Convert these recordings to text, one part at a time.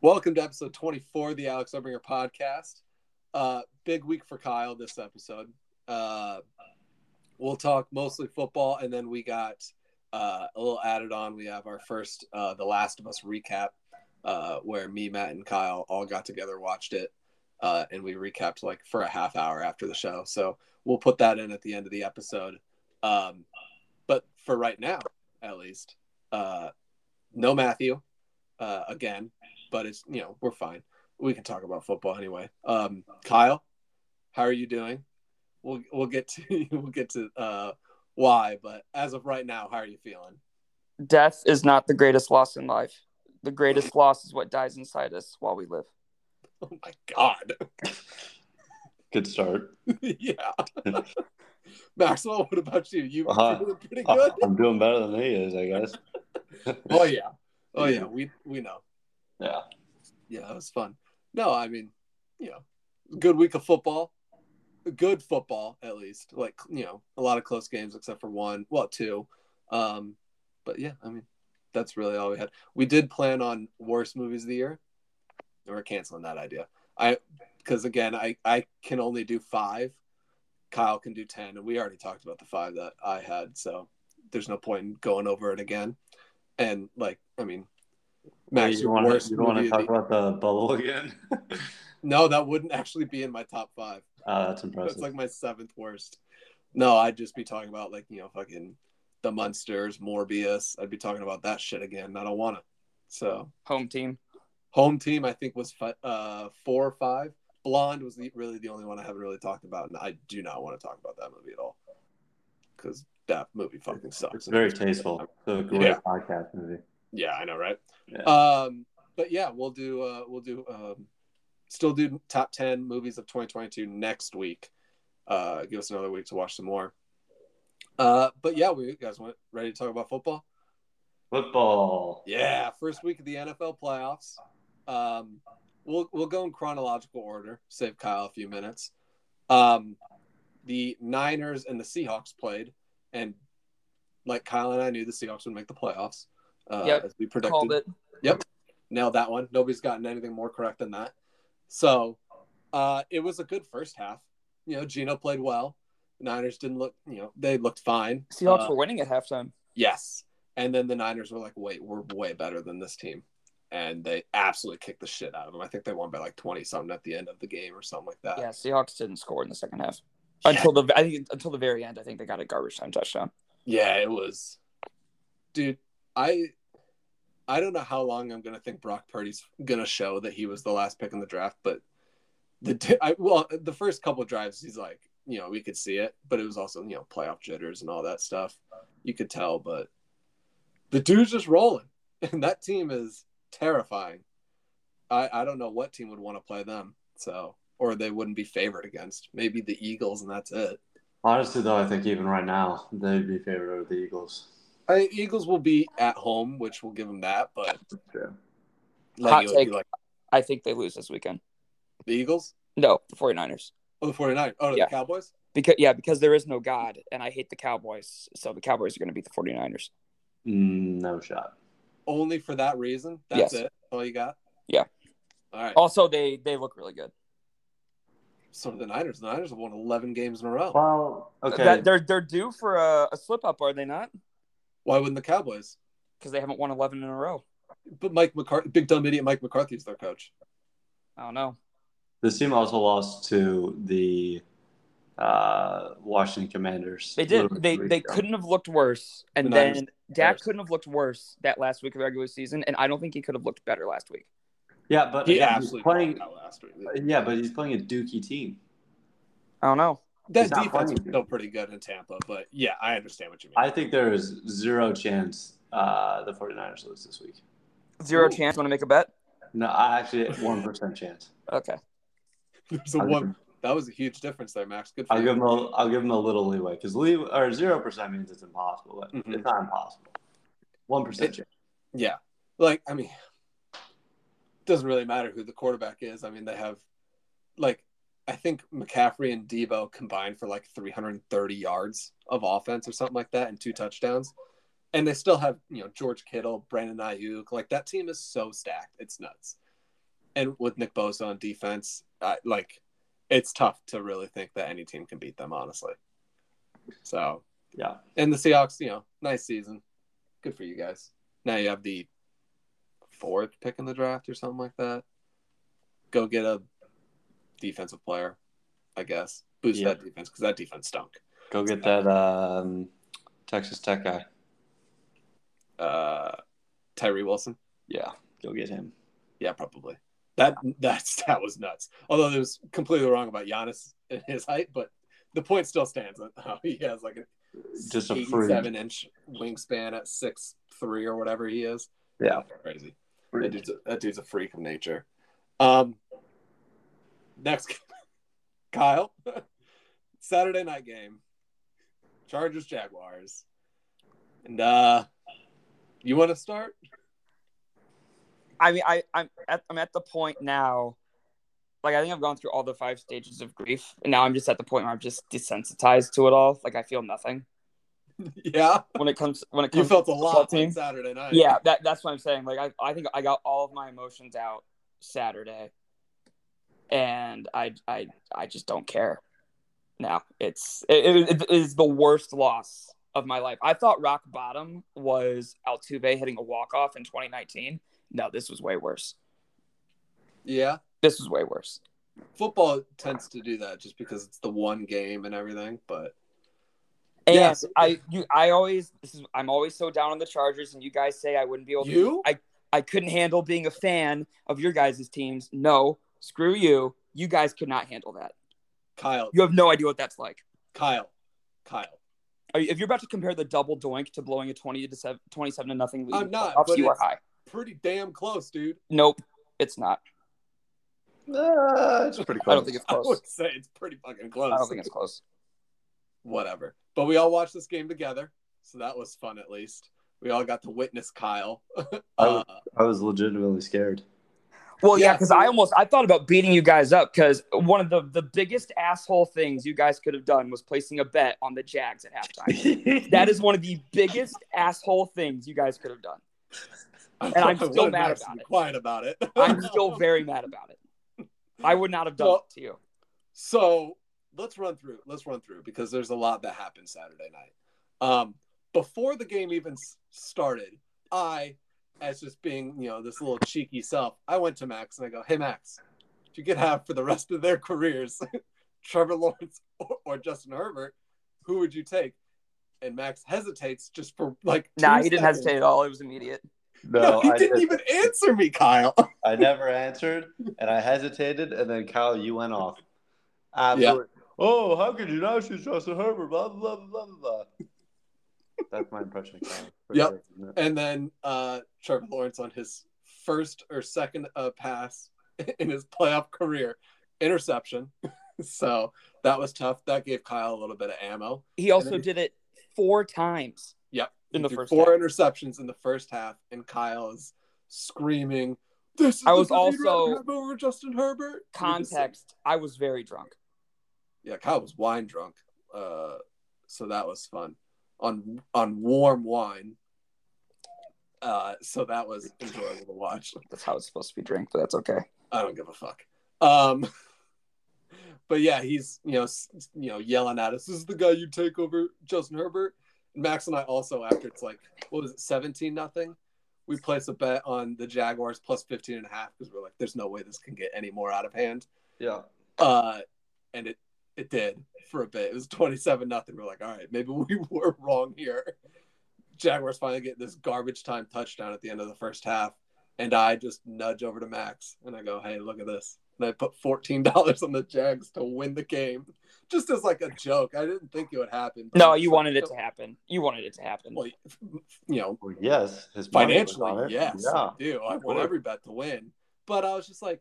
Welcome to episode 24 of the Alex Obringer podcast. Uh, big week for Kyle this episode. Uh, we'll talk mostly football, and then we got uh, a little added on. We have our first uh, The Last of Us recap, uh, where me, Matt, and Kyle all got together, watched it, uh, and we recapped like for a half hour after the show. So we'll put that in at the end of the episode. Um, but for right now, at least, uh, no Matthew uh, again, but it's, you know, we're fine. We can talk about football anyway. Um, Kyle, how are you doing? We'll, we'll get to we'll get to uh, why, but as of right now, how are you feeling? Death is not the greatest loss in life. The greatest loss is what dies inside us while we live. Oh my god. Good start. yeah. Maxwell, what about you? You Uh-huh. feeling pretty good? I'm doing better than he is, I guess. oh yeah. Oh yeah, we we know. Yeah. Yeah, that was fun. No, I mean, you know, good week of football. Good football, at least. Like you know, a lot of close games except for one, well, two. Um, but yeah, I mean, that's really all we had. We did plan on worst movies of the year, and we're canceling that idea. I because again, I I can only do five. Kyle can do ten, and we already talked about the five that I had, so there's no point in going over it again. And like, I mean, Max, you your don't wanna- worst you don't want movie to of the talk about the bubble again? no, that wouldn't actually be in my top five. Ah, that's That's impressive. like my seventh worst. No, I'd just be talking about like you know fucking the Munsters, Morbius. I'd be talking about that shit again. I don't want to. So Home team. home team, I think was fi- uh, four or five. Blonde was the, really the only one I haven't really talked about, and I do not want to talk about that movie at all because that movie fucking sucks. it's very tasteful. It's a great Yeah. podcast movie. Yeah, I know, right? Yeah. Um, but yeah, we'll do uh, we'll do um, still do top ten movies of 2022 next week. Uh, give us another week to watch some more. Uh, but yeah, we you guys went ready to talk about football. Football. Yeah, first week of the NFL playoffs. Um, we'll we'll go in chronological order. Save Kyle a few minutes. Um, the Niners and the Seahawks played, and like Kyle and I knew, the Seahawks would make the playoffs. Uh, Yep, as we predicted. Called it. Nailed that one. Nobody's gotten anything more correct than that. So uh, it was a good first half. You know, Gino played well. Niners didn't look, you know, they looked fine. Seahawks Uh, were winning at halftime. yes. And then the Niners were like, wait, we're way better than this team. And they absolutely kicked the shit out of them. I think they won by like 20 something at the end of the game or something like that. Yeah, Seahawks didn't score in the second half until the I think until the very end. I think they got a garbage time touchdown. Yeah, it was. Dude, I I don't know how long I'm gonna think Brock Purdy's gonna show that he was the last pick in the draft, but the t- I, well, the first couple drives, he's like, you know, we could see it, but it was also you know playoff jitters and all that stuff. You could tell, but the dude's just rolling, and that team is terrifying. I I don't know what team would want to play them, so or they wouldn't be favored against. Maybe the Eagles, and that's it. Honestly, though, I think even right now, they'd be favored over the Eagles. I, Eagles will be at home, which will give them that. But True. like, Hot it would be take. like I think they lose this weekend. the Eagles, No, the 49ers. oh the 49, oh to Yeah. the Cowboys. Because yeah, because there is no God, and I hate the Cowboys, so the Cowboys are going to beat the 49ers. Mm, no shot. Only for that reason. That's Yes. it. All you got. Yeah. Oh. All right. Also, they they look really good. So the Niners, the Niners have won 11 games in a row. Well, okay. That- they're they're due for a, a slip up, are they not? Why wouldn't the Cowboys? Because they haven't won 11 in a row. But Mike McCarthy, big dumb idiot Mike McCarthy is their coach. I don't know. this team also lost to the uh, Washington Commanders. They did. literally They three they ago. couldn't have looked worse. And The Niners- then Dak couldn't have looked worse that last week of regular season. And I don't think he could have looked better last week. Yeah, but He again, he's absolutely playing. playing out last week. Yeah, but he's playing a Dookie team. I don't know. That he's not defense playing. is still pretty good in Tampa, but yeah, I understand what you mean. I think there is zero chance uh, the 49ers lose this week. Zero Ooh. chance. Want to make a bet? No, I actually 1% chance. Okay. There's a I'll give, one. them, That was a huge difference there, Max. Good for I'll, you. give them a, I'll give them a little leeway because lee, or 0% means it's impossible. But Mhm. It's not impossible. 1% It- chance. Yeah. Like, I mean, doesn't really matter who the quarterback is. I mean, they have, like, I think McCaffrey and Debo combined for like 330 yards of offense or something like that and two touchdowns. And they still have, you know, George Kittle, Brandon Ayuk. Like, that team is so stacked. It's nuts. and with Nick Bosa on defense, I, like it's tough to really think that any team can beat them, honestly. So Yeah. and the Seahawks, you know, nice season, good for you guys. Now you have the fourth pick in the draft or something like that. Go get a defensive player, I guess. Boost Yeah. that defense because that defense stunk. Go get that um, Texas Tech guy. Uh, Tyree Wilson. Yeah. Go get him. Yeah, probably. That that's that was nuts. Although it was completely wrong about Giannis and his height, but the point still stands. that How he has like a Just a freak. eighty-seven inch wingspan at six three or whatever he is. Yeah. crazy. That dude's, a, that dude's a freak of nature. Um, next, Kyle, Saturday night game, Chargers Jaguars, and uh, you want to start? I mean, I, I'm at I'm at the point now, like I think I've gone through all the five stages of grief, and now I'm just at the point where I'm just desensitized to it all. Like I feel nothing yeah, when it comes when it you comes. felt a football lot team? on Saturday night. yeah, that that's what I'm saying. Like I I think I got all of my emotions out Saturday, and I I I just don't care. Now it's it, it, it is the worst loss of my life. I thought rock bottom was Altuve hitting a walk off in 2019. No, this was way worse. yeah. This was way worse. Football tends to do that just because it's the one game and everything. But And Yes. I you I always this is I'm always so down on the Chargers and you guys say I wouldn't be able to you, I couldn't handle being a fan of your guys' teams. No, screw you. You guys could not handle that. Kyle, You have no idea what that's like. Kyle, Kyle. Are you- If you're about to compare the double doink to blowing a 20 to 7, 27 to nothing lead, I'm in the not, playoffs, but you are it's- high. Pretty damn close, dude. Nope, it's not. Uh, it's pretty close. I don't think it's I close. would say it's pretty fucking close. I don't think it's close. whatever. But we all watched this game together, so that was fun at least. We all got to witness Kyle. uh, Oh. I was legitimately scared. Well, yeah, Yeah. because I almost I thought about beating you guys up because one of the the biggest asshole things you guys could have done was placing a bet on the Jags at halftime. That is one of the biggest asshole things you guys could have done. and I'm still mad about it. Quiet about it. I'm still very mad about it. I would not have done Well- it to you. So let's run through. Let's run through because there's a lot that happened Saturday night. Um, before the game even s- started, I, as just being you know this little cheeky self, I went to Max and I go, "Hey Max, if you could have for the rest of their careers, Trevor Lawrence or, or Justin Herbert, who would you take?" And Max hesitates just for like. Nah, two he didn't seconds. hesitate at all. It was immediate. no, No, he I didn't even answer me, Kyle. I never answered, and I hesitated, and then Kyle, you went off. Absolutely. Oh, how could you not shoot Justin Herbert? Blah blah blah blah blah. That's my impression of Kyle. Pretty Yep. good, isn't it? and then uh, Trevor Lawrence on his first or second uh, pass in his playoff career, interception. so that was tough. That gave Kyle a little bit of ammo. He also then- did it four times. Yep. In the He threw first four half. interceptions in the first half, and Kyle is screaming, "This is I the was guy you'd also- rather have over Justin Herbert." And he just- Context, I was very drunk. yeah, Kyle was wine drunk, uh, so that was fun on on warm wine. Uh, so that was enjoyable to watch. That's how it's supposed to be drink, but that's okay. I don't give a fuck. Um, but yeah, he's you know s- you know yelling at us. This is the guy you take over Justin Herbert. Max and I also after it's like what was it seventeen nothing. We place a bet on the Jaguars plus 15 and a half because we're like, there's no way this can get any more out of hand. Yeah. Uh, and it it did for a bit. It was 27 nothing. We're like, all right, maybe we were wrong here. Jaguars finally get this garbage time touchdown at the end of the first half. And I just nudge over to Max and I go, hey, look at this. And I put $14 on the Jags to win the game just as like a joke. I didn't think it would happen. but- No, you wanted it to happen. You wanted it to happen. Well, you know, Well, yes. His money was on financially, it. yes, Yeah. I do. I want course. every bet to win. But I was just like,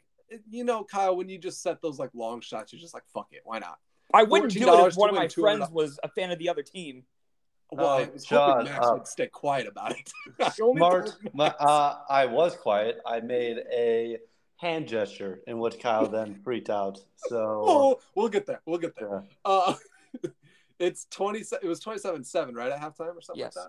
you know, Kyle, when you just set those like long shots, you're just like, fuck it, why not? I wouldn't do it $14 if one of to my win friends $200. was a fan of the other team. Well, I Oh, was shut hoping Max up. would stay quiet about it. I only Smart. told- My, uh, I was quiet. I made a hand gesture, in which Kyle then freaked out. So Oh, we'll get there. We'll get there. yeah. Uh, it's twenty. It was twenty-seven-seven, right at halftime or something Yes. like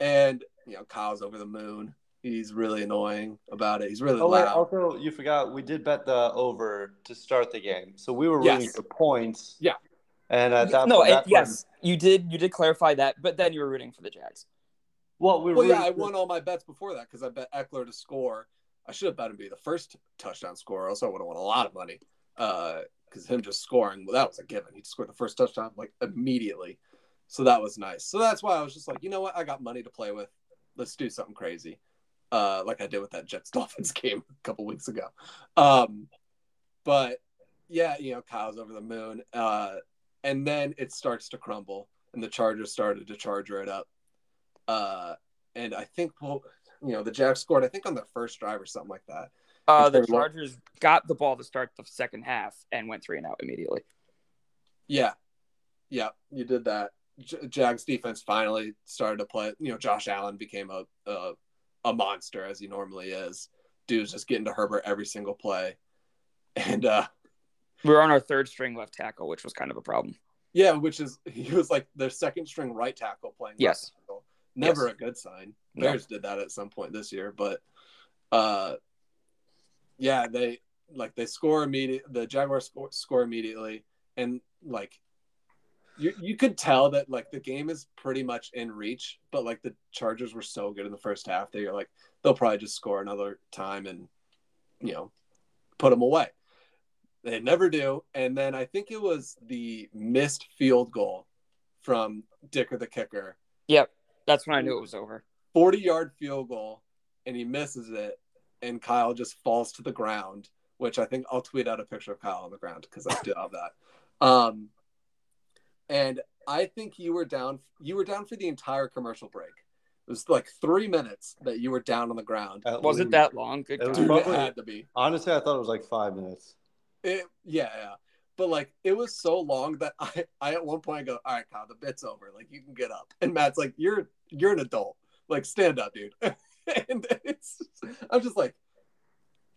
that. And you know, Kyle's over the moon. He's really annoying about it. He's really Oh wait, loud. also you forgot we did bet the over to start the game, so we were Yes. rooting for points. Yeah. And at that no, point, it- that's when- yes, you did. You did clarify that, but then you were rooting for the Jags. well, we were Well, yeah, I rooting for- won all my bets before that because I bet Eckler to score. I should have bet him to be the first touchdown scorer, else I would have won a lot of money. Because him just scoring, well, that was a given. He just scored the first touchdown like immediately, so that was nice. So that's why I was just like, you know what, I got money to play with. Let's do something crazy, uh, like I did with that Jets Dolphins game a couple weeks ago. Um, but yeah, you know, Kyle's over the moon, uh, and then it starts to crumble, and the Chargers started to charger it up. Uh, and I think well, you know, the Jacks scored I think on their first drive or something like that. Uh, the Which they won. Chargers got the ball to start the second half and went three and out immediately. Yeah, yeah, you did that. J- Jags defense finally started to play. You know, Josh Allen became a a, a monster as he normally is. Dude's just getting to Herbert every single play, and uh We were on our third string left tackle, which was kind of a problem. yeah, which is he was like their second string right tackle playing. left Yes. tackle. never Yes. a good sign. No. Bears did that at some point this year, but uh, yeah, they like they score immediate. The Jaguars score, score immediately, and like you you could tell that like the game is pretty much in reach, but like the Chargers were so good in the first half that you're like they'll probably just score another time and you know put them away. They never do, and then I think it was the missed field goal from Dicker the kicker Yep, that's when I knew it was over. 40 yard field goal and he misses it and Kyle just falls to the ground, which I think I'll tweet out a picture of Kyle on the ground because I do have that. Um, and I think you were down you were down for the entire commercial break. It was like three minutes that you were down on the ground. At Was least. it that long? Good It was God. Dude, it probably- had to be. Honestly, I thought it was like five minutes. It, yeah, yeah. But like it was so long that I, I at one point go, all right, Kyle, the bit's over. Like you can get up. And Matt's like, you're you're an adult. Like stand up, dude. and it's I'm just like,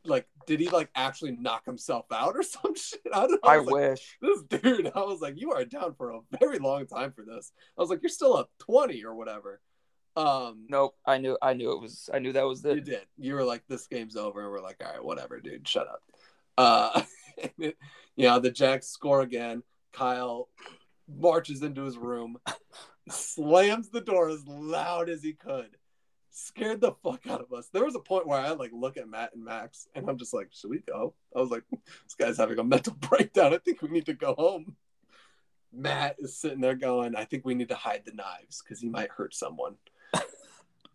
like did he like actually knock himself out or some shit? I don't know. I was like, wish. this dude, I was like, you are down for a very long time for this. I was like, you're still up 20 or whatever. Um, Nope. I knew. I knew it was. I knew that was you it. did. You were like, this game's over. And we're like, all right, whatever, dude, shut up. Uh, you know, the Jacks score again. Kyle marches into his room, slams the door as loud as he could, scared the fuck out of us. There was a point where I like look at Matt and Max, and I'm just like, should we go? I was like, this guy's having a mental breakdown. I think we need to go home. Matt is sitting there going, I think we need to hide the knives because he might hurt someone.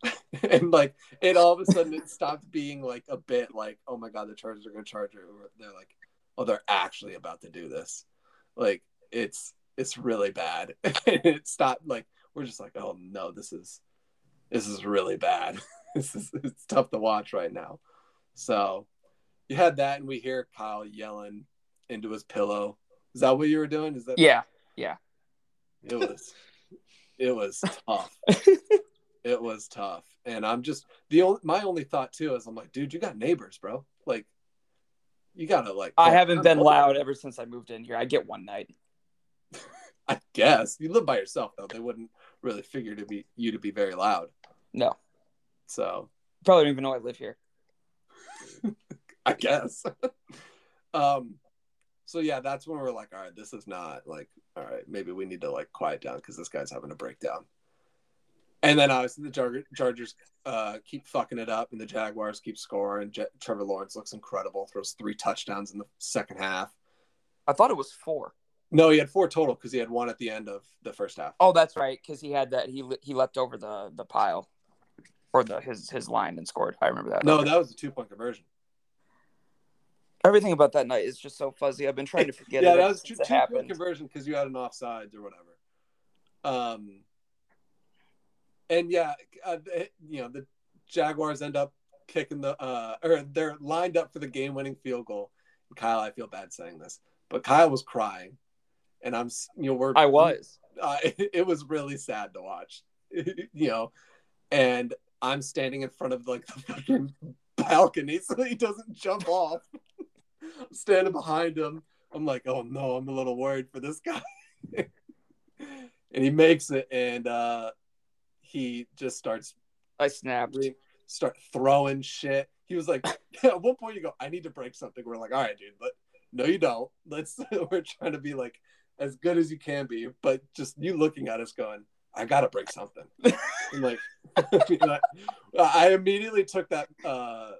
and like, it all of a sudden it stopped being like a bit like, oh my God, the Chargers are going to charge you. They're like, oh, they're actually about to do this. Like, it's, it's really bad. and it stopped like, we're just like, oh no, this is, this is really bad. this is, it's tough to watch right now. So you had that, and we hear Kyle yelling into his pillow. Is that what you were doing? Is that Yeah. it was it was tough it was tough and i'm just the only my only thought too is i'm like dude you got neighbors bro like you gotta like I haven't been loud ever since I moved in here. I get one night. i guess you live by yourself though they wouldn't really figure to be you to be very loud No. so Probably don't even know I live here. i guess um so yeah that's when we're like all right this is not like all right maybe we need to like quiet down because this guy's having a breakdown And then obviously the Jar- Chargers uh, keep fucking it up, and the Jaguars keep scoring. Je- Trevor Lawrence looks incredible, throws three touchdowns in the second half. I thought it was four. No, he had four total because he had one at the end of the first half. Oh, that's right, because he had that. He le- he leapt over the the pile, or the his his line and scored. I remember that. No, that was a two point conversion. Everything about that night is just so fuzzy. I've been trying to forget. yeah, it that ever was two since two it point happened. conversion because you had an offsides or whatever. Um, and yeah, uh, it- you know the Jaguars end up kicking the uh, or they're lined up for the game winning field goal. Kyle, I feel bad saying this, but Kyle was crying, and I'm s- you know we're I was. uh, it, it was really sad to watch, you know. And I'm standing in front of like the fucking balcony so he doesn't jump off. I'm standing behind him. I'm like, oh no, I'm a little worried for this guy. and he makes it, and uh, he just starts I snapped. re- start throwing shit. He was like, at one point you go, I need to break something. We're like, all right, dude, but no, you don't. Let's. we're trying to be like as good as you can be, but just you looking at us going, I gotta break something. I'm like, I immediately took that uh,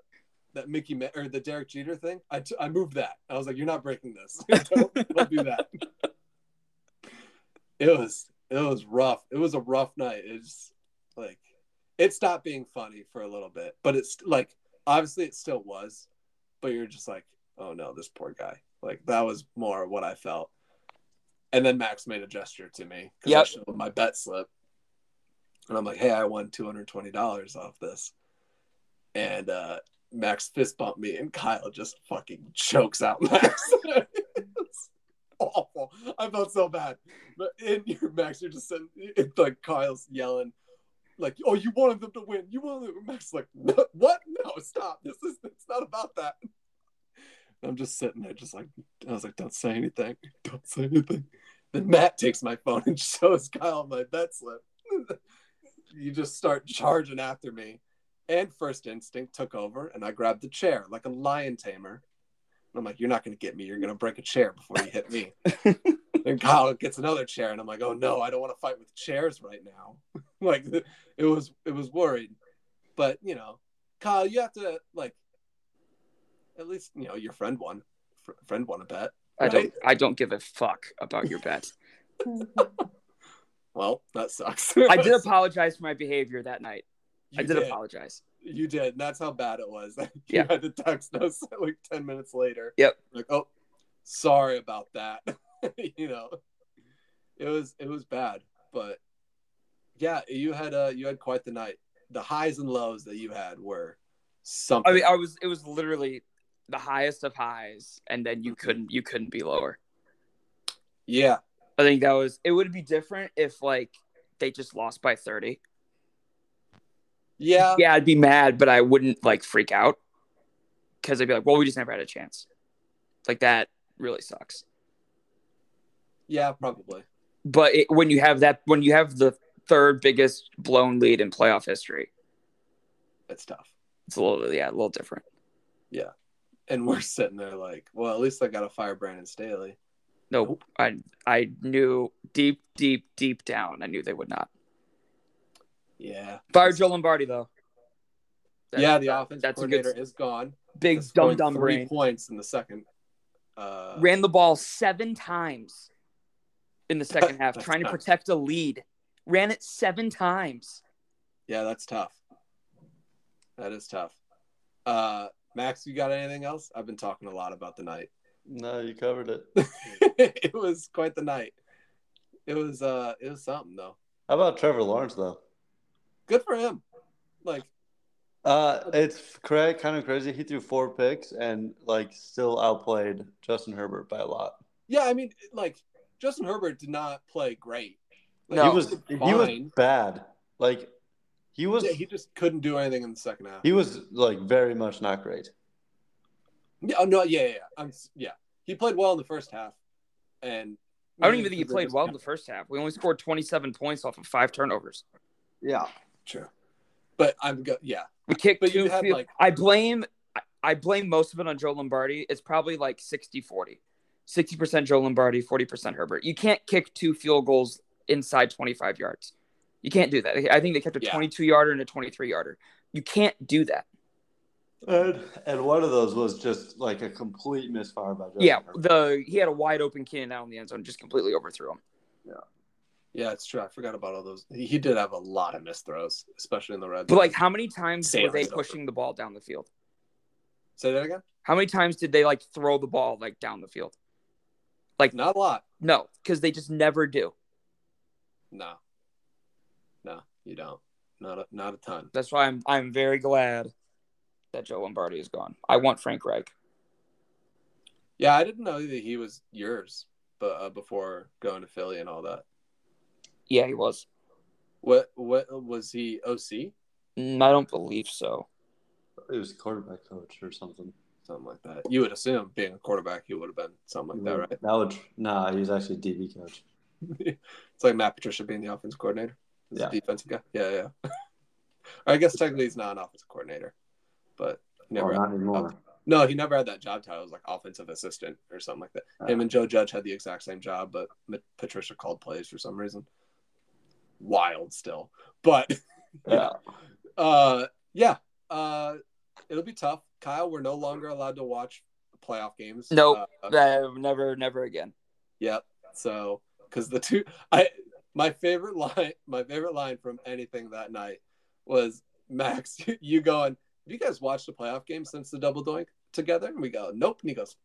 that Mickey Ma- or the Derek Jeter thing. I, t- I moved that. I was like, you're not breaking this. don't, don't do that. It was it was rough. It was a rough night. It's like it stopped being funny for a little bit, but it's like obviously it still was, but you're just like, oh no, this poor guy. Like that was more what I felt. And then Max made a gesture to me because I Yep. showed him my bet slip. And I'm like, hey, I won $220 off this. And uh, Max fist bumped me, and Kyle just fucking chokes out Max. It's awful. I felt so bad. But in your Max, you're just sitting, it's like Kyle's yelling, like, oh, you wanted them to win. You wanted them. Max's like, no, what? No, stop. This is, it's not about that. I'm just sitting there, just like, I was like, don't say anything. Don't say anything. Then Matt takes my phone and shows Kyle my bet slip. you just start charging after me. And first instinct took over, and I grabbed the chair like a lion tamer. And I'm like, you're not going to get me. You're going to break a chair before you hit me. then Kyle gets another chair, and I'm like, oh no, I don't want to fight with chairs right now. like, it was it was worried, but you know, Kyle, you have to like, at least you know your friend won. Fr- friend won a bet. I don't. I don't give a fuck about your bet. Well, that sucks. I did apologize for my behavior that night. I You did, apologize. You did. And that's how bad it was. you Yeah. had to text us like 10 minutes later. Yep. Like, oh, sorry about that. you know, it was, it was bad, but yeah, you had, uh, you had quite the night. The highs and lows that you had were something. I mean, I was. It was literally the highest of highs, and then you couldn't. You couldn't be lower. yeah. I think that was. It would be different if like they just lost by thirty. Yeah. Yeah, I'd be mad, but I wouldn't like freak out because I'd be like, "Well, we just never had a chance." Like that really sucks. Yeah, probably. But it, when you have that, when you have the third biggest blown lead in playoff history, It's tough. it's a little yeah, a little different. And we're sitting there like, well, at least I got to fire Brandon Staley. Nope. I I knew deep, deep, deep down, I knew they would not Yeah. fire Joe Lombardi though. That- yeah. The offense that's a good- coordinator is gone. big Just dumb scored dumb three brain points in the second. Uh, ran the ball seven times in the second half, That's trying to tough. protect a lead. Ran it seven times. yeah, that's tough. That is tough. Uh, Max, you got anything else? I've been talking a lot about the night. No, you covered it. it was quite the night. It was uh, it was something though. How about Trevor Lawrence though? Good for him. Like Uh, it's cra- kind of crazy. He threw four picks and like still outplayed Justin Herbert by a lot. yeah, I mean, like Justin Herbert did not play great. Like, No. he was he was fine. bad. Like he was Yeah, he just couldn't do anything in the second half. he was like very much not great. Yeah, oh, no, yeah, yeah, yeah. I'm s- yeah. He played well in the first half, and I don't even think he played well in the first half. We only scored 27 points off of five turnovers. Yeah. True, but I'm go- yeah. We kicked But you two. had, field- like- I blame I- I blame most of it on Joe Lombardi. It's probably like 60 40. 60% Joe Lombardi, 40% Herbert. You can't kick two field goals inside 25 yards. You can't do that. I think they kept a Yeah. 22 yarder and a 23 yarder. You can't do that. And, and one of those was just like a complete misfire by Justin Yeah, Herbert. the he had a wide open Keenan Allen in the end zone, just completely overthrew him. Yeah, it's true. I forgot about all those. He, he did have a lot of missed throws, especially in the red. But zone. like, how many times Say were it they was over. pushing the ball down the field? say that again. How many times did they like throw the ball like down the field? Not a lot. No, because they just never do. No, no, you don't. Not a, not a ton. That's why I'm I'm very glad that Joe Lombardi is gone. I want Frank Reich. Yeah, I didn't know that he was yours, but uh, before going to Philly and all that. Yeah, he was. What what was he OC? Mm, I don't believe so. It was quarterback coach or something. Something like that. You would assume being a quarterback, he would have been something like that, right? That would nah, he was actually DB coach. it's like Matt Patricia being the offense coordinator. He's a Yeah. defensive guy. Yeah, yeah. I guess technically he's not an offensive coordinator, but he never had, Well, Oh, not anymore. no, he never had that job title. It was like offensive assistant or something like that. Him Uh. and Joe Judge had the exact same job, but Ma- Patricia called plays for some reason. Wild still, but Yeah. uh, yeah, uh, it'll be tough. Kyle, we're no longer allowed to watch playoff games. Nope. Uh, Uh, never, never again. Yep. So, because the two, I my favorite line, my favorite line from anything that night was Max, you going, "Have you guys watched a playoff game since the double doink together?" And we go, "Nope." And he goes,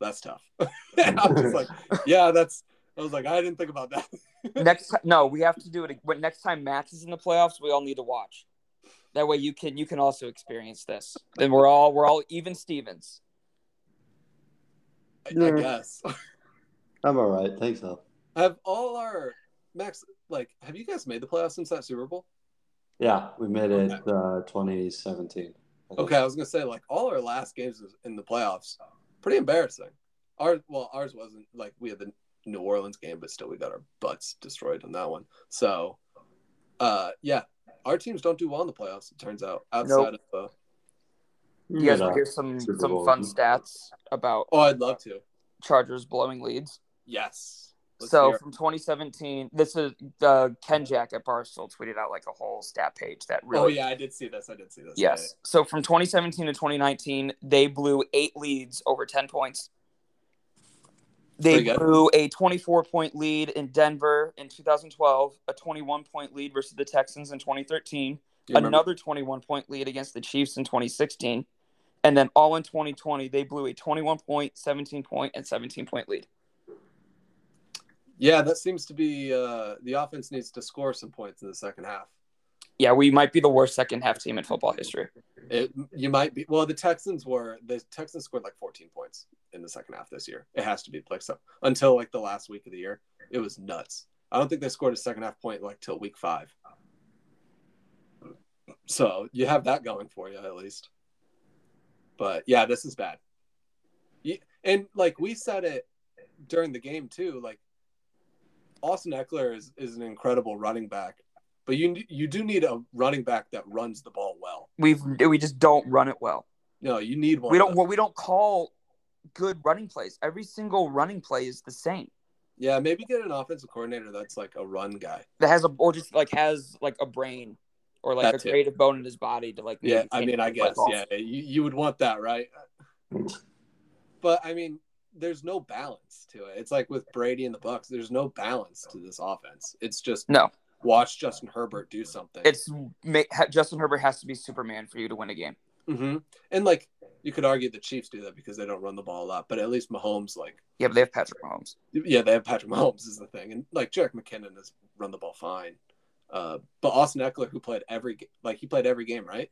"That's tough." and I'm just like, "Yeah, that's." I was like, "I didn't think about that." Next, ti- no, we have to do it. When next time Max is in the playoffs, we all need to watch. That way, you can you can also experience this. Then we're all we're all even Stevens. I, I Yeah. guess. I'm all right. Thanks, though. Have all our Max like? Have you guys made the playoffs since that Super Bowl? Yeah, we made it uh, 2017. I think. Okay, I was gonna say like all our last games was in the playoffs, pretty embarrassing. Our well, ours wasn't like we had the New Orleans game, but still we got our butts destroyed on that one. So, uh, yeah, our teams don't do well in the playoffs. It turns out outside of uh, You guys Yeah. want to hear some Super some Bowl. fun stats about oh, I'd love to. Chargers blowing leads? Yes. Let's so hear it. from 2017, this is uh, Ken Jack at Barstool tweeted out like a whole stat page that really oh yeah, I did see this. I did see this. Yes. So from 2017 to 2019, they blew eight leads over 10 points. They Pretty good. blew a 24 point lead in Denver in 2012, a 21 point lead versus the Texans in Yeah. 2013, You remember- another 21 point lead against the Chiefs in 2016, and then all in 2020, they blew a 21 point, 17 point, and 17 point lead. Yeah, that seems to be uh, the offense needs to score some points in the second half. Yeah, we might be the worst second half team in football history. It, you might be well. The Texans were the Texans scored like 14 points in the second half this year. It has to be like so until like the last week of the year. It was nuts. I don't think they scored a second half point like till week five. So you have that going for you at least. But yeah, this is bad. Ye- And like we said it during the game too. Like Austin Eckler is, is an incredible running back, but you you do need a running back that runs the ball well. We've we just don't run it well. No, you need one. we of don't those. well, we don't call good running plays. Every single running play is the same. Yeah, maybe get an offensive coordinator that's like a run guy. That has a or just like has like a brain or like That's a it. creative bone in his body to like. Yeah, I maintain mean, I and play guess golf. yeah, you, you would want that, right? But I mean, there's no balance to it. It's like with Brady and the Bucks. There's no balance to this offense. It's just No. Watch Justin Herbert do something. It's ma- ha- Justin Herbert has to be Superman for you to win a game. Mhm. and like you could argue the Chiefs do that because they don't run the ball a lot, but at least Mahomes like Yeah, but they have Patrick Mahomes. yeah, they have Patrick Mahomes is the thing, and like Jarek McKinnon has run the ball fine, uh, but Austin Eckler who played every ga- like he played every game, right?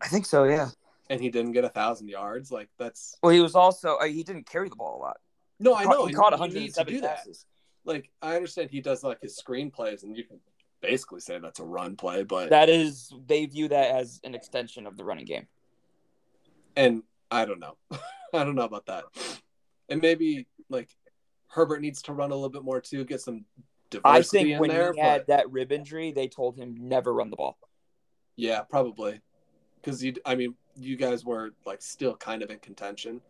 I think so. Yeah. and he didn't get a thousand yards, like that's Well, he was also uh, he didn't carry the ball a lot. no, I He know caught- he caught and you need to 107 do that. passes. Like I understand he does like his screenplays, and you can basically say that's a run play, but That is, they view that as an extension of the running game. and I don't know, I don't know about that, and maybe like Herbert needs to run a little bit more too, get some I diversity think in when there. he had but, that rib injury, they told him never run the ball. yeah, probably because you, I mean, you guys were like still kind of in contention.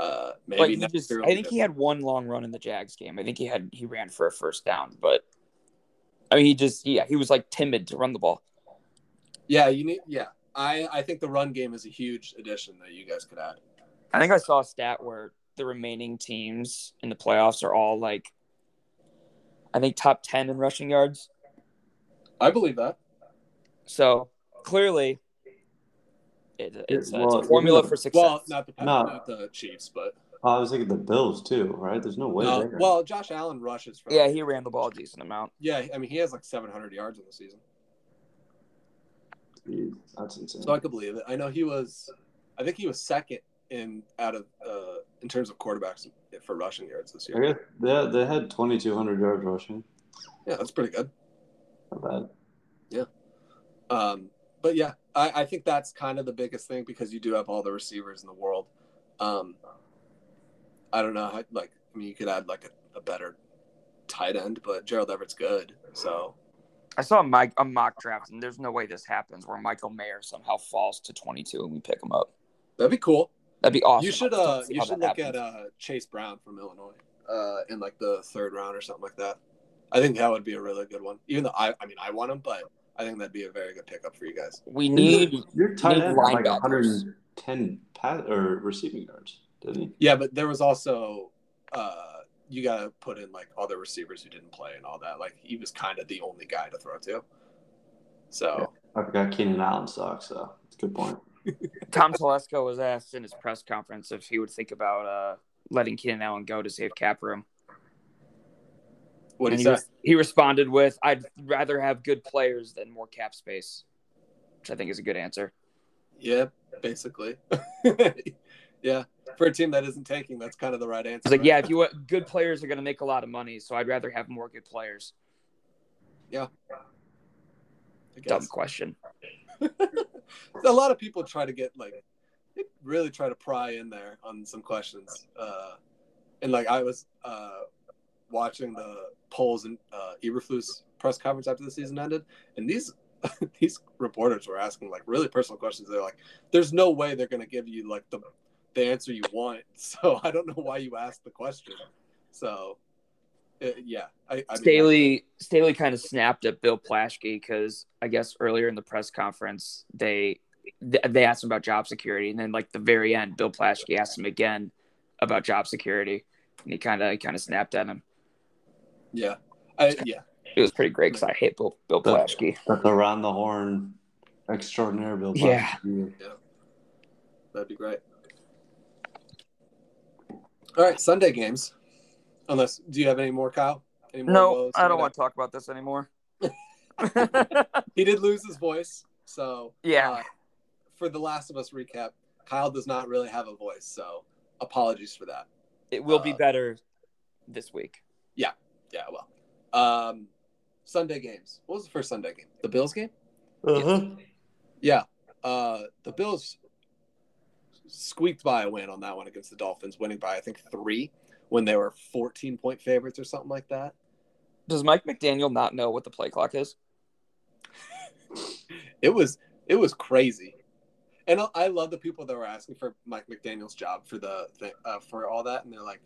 Uh, like maybe he next just, year will I be think different. he had one long run in the Jags game. I think he had he ran for a first down, but I mean he just yeah he was like timid to run the ball. yeah, you need yeah. I, I think the run game is a huge addition that you guys could add. I think I saw a stat where the remaining teams in the playoffs are all like I think top ten in rushing yards. I believe that. So clearly, it, it's, a, Well, it's a formula even- for success. Well, not the Pats, No. not the Chiefs, but Oh, I was thinking the Bills too, right? There's no way. No, there. Uh, well, Josh Allen rushes for yeah, he ran the ball a decent amount. yeah. I mean, he has like 700 yards in the season, Jeez, that's insane. so I could believe it. I know he was, I think he was second in out of uh in terms of quarterbacks for rushing yards this I year. guess they, they had 2,200 yards rushing. Yeah, that's pretty good. Not bad. Um, but yeah, I, I think that's kind of the biggest thing because you do have all the receivers in the world. Um, I don't know, how, like I mean, you could add like a, a better tight end, but Gerald Everett's good, so I saw a, mic, a mock draft, and there's no way this happens where Michael Mayer somehow falls to 22 and we pick him up. That'd be cool. That'd be awesome. You should I'd love uh to see you how should look that at happens. uh Chase Brown from Illinois uh in like the third round or something like that. I think that would be a really good one. Even though I I mean I want him, but I think that'd be a very good pickup for you guys. We need Your tight need end had like linebackers. 110 pass or receiving yards, didn't he? Yeah, but there was also uh you gotta put in like other receivers who didn't play and all that. Like he was kind of the only guy to throw to. So I forgot Keenan Allen sucks, so it's a good point. Tom Telesco was asked in his press conference if he would think about uh, letting Keenan Allen go to save cap room. what do And you he, say? res- he responded with, "I'd rather have good players than more cap space," which I think is a good answer. Yeah, basically. yeah. For a team that isn't taking, that's kind of the right answer. It's like, right? yeah, if you want good players are going to make a lot of money, so I'd rather have more good players. I guess. Dumb question. a lot of people try to get like they really try to pry in there on some questions uh and like i was uh watching the polls and uh eberflus press conference after the season ended and these these reporters were asking like really personal questions they're like there's no way they're gonna give you like the the answer you want so i don't know why you asked the question so uh, yeah i, I mean, Staley Staley kind of snapped at Bill Plashke because I guess earlier in the press conference they th- they asked him about job security, and then like the very end, Bill Plashke asked him again about job security, and he kind of kind of snapped at him. yeah I, yeah It was pretty great because I hate Bill Bill But- Plashke. That's around the horn extraordinaire Bill. Yeah. Black. That'd be great. All right, Sunday games. Unless, do you have any more, Kyle? Any more woes? to talk about this anymore. He did lose his voice, so yeah, uh, for the Last of Us recap, Kyle does not really have a voice, so apologies for that. it will be uh, better this week. Yeah, well, um, Sunday games. What was the first Sunday game? The Bills game. Uh-huh. Yeah, uh, the Bills squeaked by a win on that one against the Dolphins, winning by I think three when they were fourteen point favorites or something like that. Does Mike McDaniel not know what the play clock is? it was it was crazy and I- i love the people that were asking for mike mcdaniel's job for the thing uh, for all that and they're like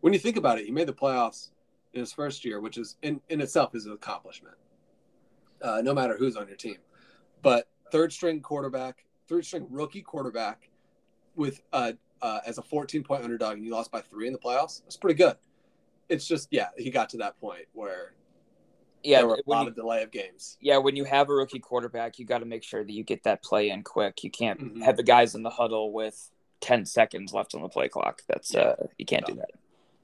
when you think about it he made the playoffs in his first year which is in, in itself is an accomplishment uh, no matter who's on your team but third string quarterback third string rookie quarterback with uh, uh, as a 14 point underdog and you lost by three in the playoffs that's pretty good it's just yeah he got to that point where Yeah, there were a when lot you- of delay of games yeah, when you have a rookie quarterback, you got to make sure that you get that play in quick. You can't Mhm. have the guys in the huddle with 10 seconds left on the play clock. That's Yeah. uh you can't do that.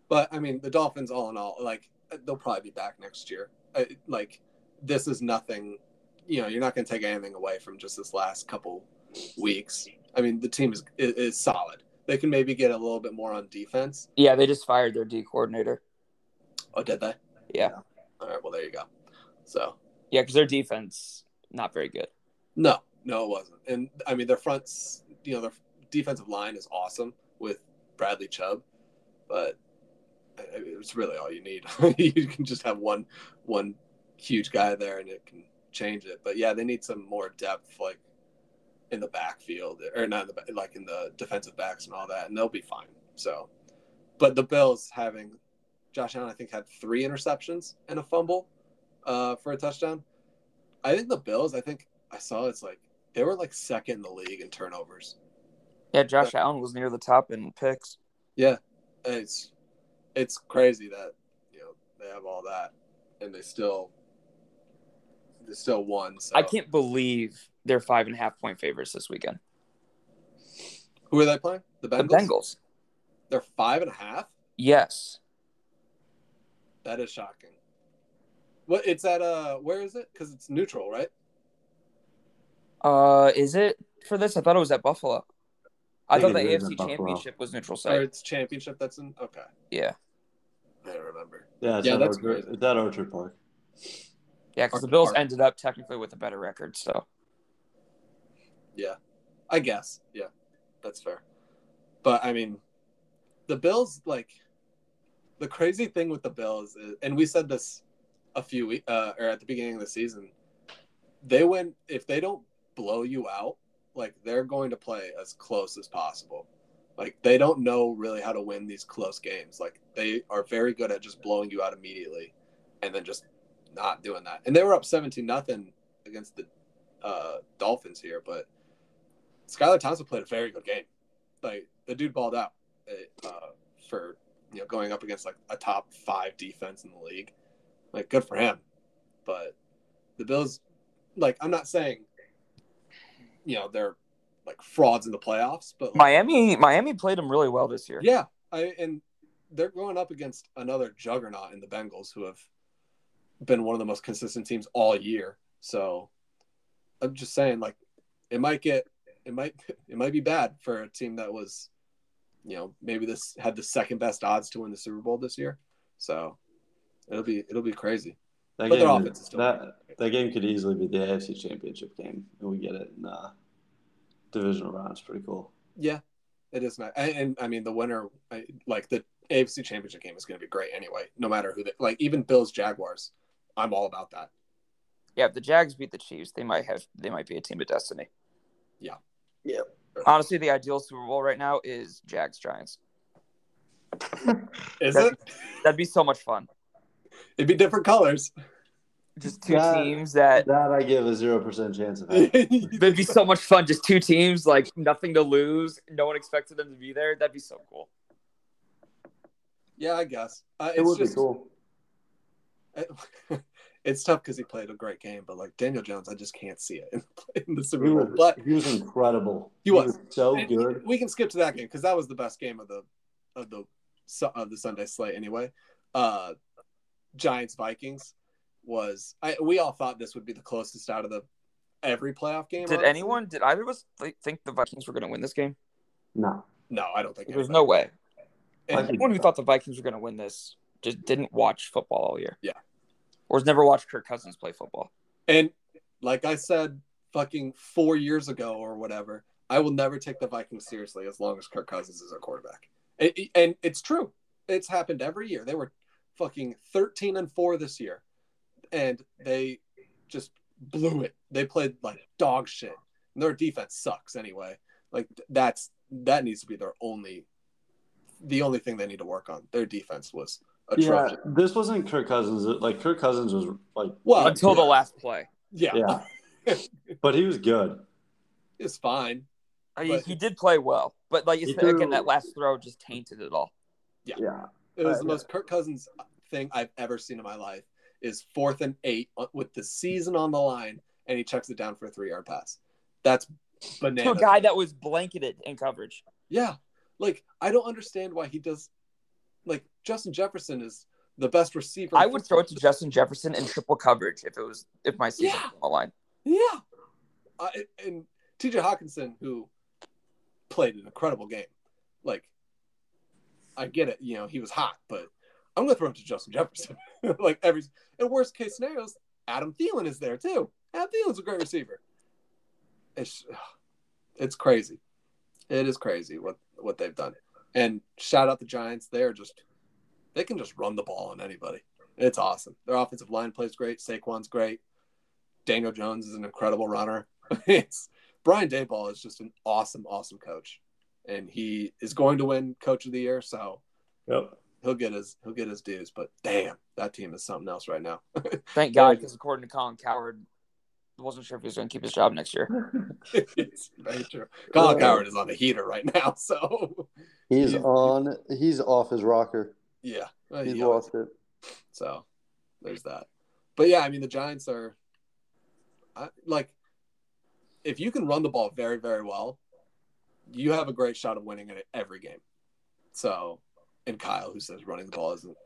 But I mean, the Dolphins, all in all, like they'll probably be back next year. Uh, Like this is nothing. You know, you're not going to take anything away from just this last couple weeks. I mean, the team is, is is solid. They can maybe get a little bit more on defense. Yeah, they just fired their D coordinator. Oh, did they? Yeah. All right. Well, there you go. So Yeah, cuz their defense not very good. no, no, it wasn't. And I mean, their fronts. You know, their defensive line is awesome with Bradley Chubb, but I- I- it's really all you need. you can just have one one huge guy there and it can change it. But yeah, they need some more depth, like in the backfield or not in the ba- like in the defensive backs and all that, and they'll be fine. So, but the Bills having Josh Allen, I think, had three interceptions and a fumble uh, for a touchdown. I think the Bills. I think I saw it's like they were like second in the league in turnovers. Yeah, Josh Allen was near the top in picks. it's it's crazy that you know they have all that and they still they still won. So I can't believe they're five and a half point favorites this weekend. Who are they playing? The Bengals. The Bengals. They're five and a half. Yes. That is shocking. What it's at? Uh, where is it? Because it's neutral, right? Uh is it for this? I thought it was at Buffalo. I I thought think the it is AFC at Buffalo. Championship was neutral Or site. it's championship that's in. Okay, Yeah. I don't remember. Yeah, it's Yeah, at that's Orchard, crazy. it's at Orchard Park. Yeah, because Or- the Bills or- ended up technically with a better record. So I guess. Yeah, that's fair. But I mean, the Bills like the crazy thing with the Bills, is, and we said this a few weeks uh, or at the beginning of the season, they win if they don't blow you out, like they're going to play as close as possible. Like they don't know really how to win these close games. Like they are very good at just blowing you out immediately, and then just not doing that. And they were up seventeen nothing against the uh, Dolphins here, but Skylar Thompson played a very good game. Like the dude balled out uh, for you know going up against like a top five defense in the league. Like good for him, but the Bills, like I'm not saying, you know they're like frauds in the playoffs, but like, Miami Miami played them really well this year. yeah, I and they're going up against another juggernaut in the Bengals, who have been one of the most consistent teams all year. So I'm just saying, like it might get it might it might be bad for a team that was, you know, maybe this had the second best odds to win the Super Bowl this year. So it'll be it'll be crazy. That But their game, offense is still that, that game could easily be the AFC Championship game, and we get it in uh, divisional rounds. Pretty cool. Yeah, it is nice. And, and I mean, the winner, I, like the AFC Championship game, is going to be great anyway. No matter who, they, like even Bills Jaguars, I'm all about that. Yeah, if the Jags beat the Chiefs, they might have they might be a team of destiny. Yeah. Yeah. Honestly, the ideal Super Bowl right now is Jags Giants. Is That'd it? That'd be so much fun. It'd be different colors. Just two Yeah. teams that That I give a zero percent chance of happening. That'd that'd be so much fun. Just two teams, like nothing to lose. No one expected them to be there. That'd be so cool. Yeah, I guess uh, it it's would just be cool. it's tough because he played a great game, but like Daniel Jones, I just can't see it in the, in the Super He Bowl. was, But he was incredible. He was. so And good. We can skip to that game because that was the best game of the of the su- of the Sunday slate anyway. Uh, Giants Vikings was I, we all thought this would be the closest out of the every playoff game. Did honestly. anyone? Did either of us like, think the Vikings were going to win this game? No, No, I don't think There's anybody- no way. And Vikings- Anyone who thought the Vikings were going to win this just didn't watch football all year. Yeah. Or has never watched Kirk Cousins play football. and like I said, fucking four years ago or whatever, I will never take the Vikings seriously as long as Kirk Cousins is our quarterback. And, and it's true. It's happened every year. They were fucking 13 and 4 this year. And they just blew it. They played like dog shit. And their defense sucks anyway. Like that's that needs to be their only the only thing they need to work on. Their defense was yeah, atrocious. this wasn't Kirk Cousins. Like Kirk Cousins was like, Well, Until the Uh, yeah. last play. yeah, yeah, but he was good. it's fine. I mean, But- he did play well, but like He it's, again, threw- that last throw just tainted it all. Yeah, It was Uh, the most Kirk Cousins thing I've ever seen in my life. Is fourth and eight with the season on the line, and he checks it down for a three-yard pass. That's To bananas. a guy that was blanketed in coverage. yeah, like I don't understand why he does. Like Justin Jefferson is the best receiver. in I would throw football. it to Justin Jefferson in triple coverage if it was if my season Yeah. was on the line. Yeah, I, and T.J. Hawkinson, who played an incredible game. Like, I get it. You know, he was hot, but I'm gonna throw it to Justin Jefferson. like every and worst case scenarios, Adam Thielen is there too. Adam Thielen's a great receiver. It's it's crazy. It is crazy what what they've done. And shout out the Giants. They are just they can just run the ball on anybody. It's awesome. Their offensive line plays great. Saquon's great. Daniel Jones is an incredible runner. it's Brian Dayball is just an awesome, awesome coach, and he is going to win Coach of the Year. So yep. he'll get his he'll get his dues. But damn, that team is something else right now. Thank God, because according to Colin Coward, wasn't sure if he was going to keep his job next year. it's very true. Colin Coward is on the heater right now. So He's He's- on. He's off his rocker. yeah, Uh, He's yeah. lost it. so there's that. But yeah, I mean the Giants are I, like if you can run the ball very very well, you have a great shot of winning it every game. So and Kyle who says running the ball isn't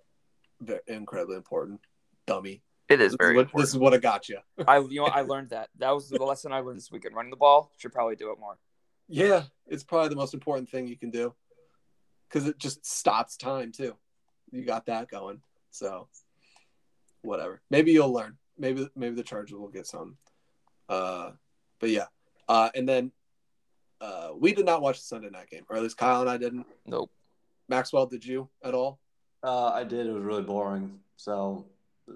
ve- incredibly important, dummy. It This is is, very what, this is what I got you. I you know what? I learned that. That was the lesson I learned this weekend. Running the ball should probably do it more. Yeah, it's probably the most important thing you can do because it just stops time too. You got that going, so whatever. Maybe you'll learn. Maybe maybe the Chargers will get some. Uh, but yeah, uh, and then uh, we did not watch the Sunday night game, or at least Kyle and I didn't. Nope. Maxwell, did you at all? Uh, I did. It was really boring. So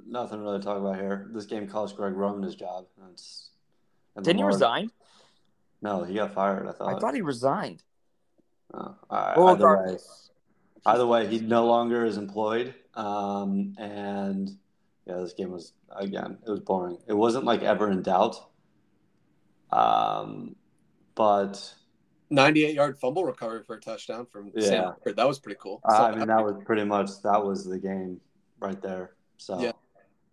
nothing really to talk about here. This game cost Greg Roman his job. That's and Didn't he Lamar- resign? No, he got fired. I Uh, thought. I thought he resigned. Oh, all right. Well, either, way, regardless. either way, he no longer is employed. Um, and yeah, this game was again, it was boring. It wasn't like ever in doubt. Um, but 98 yard fumble recovery for a touchdown from Sam. Yeah. Hubbard. That was pretty cool. I mean, that was pretty much that was the game right there. So Yeah.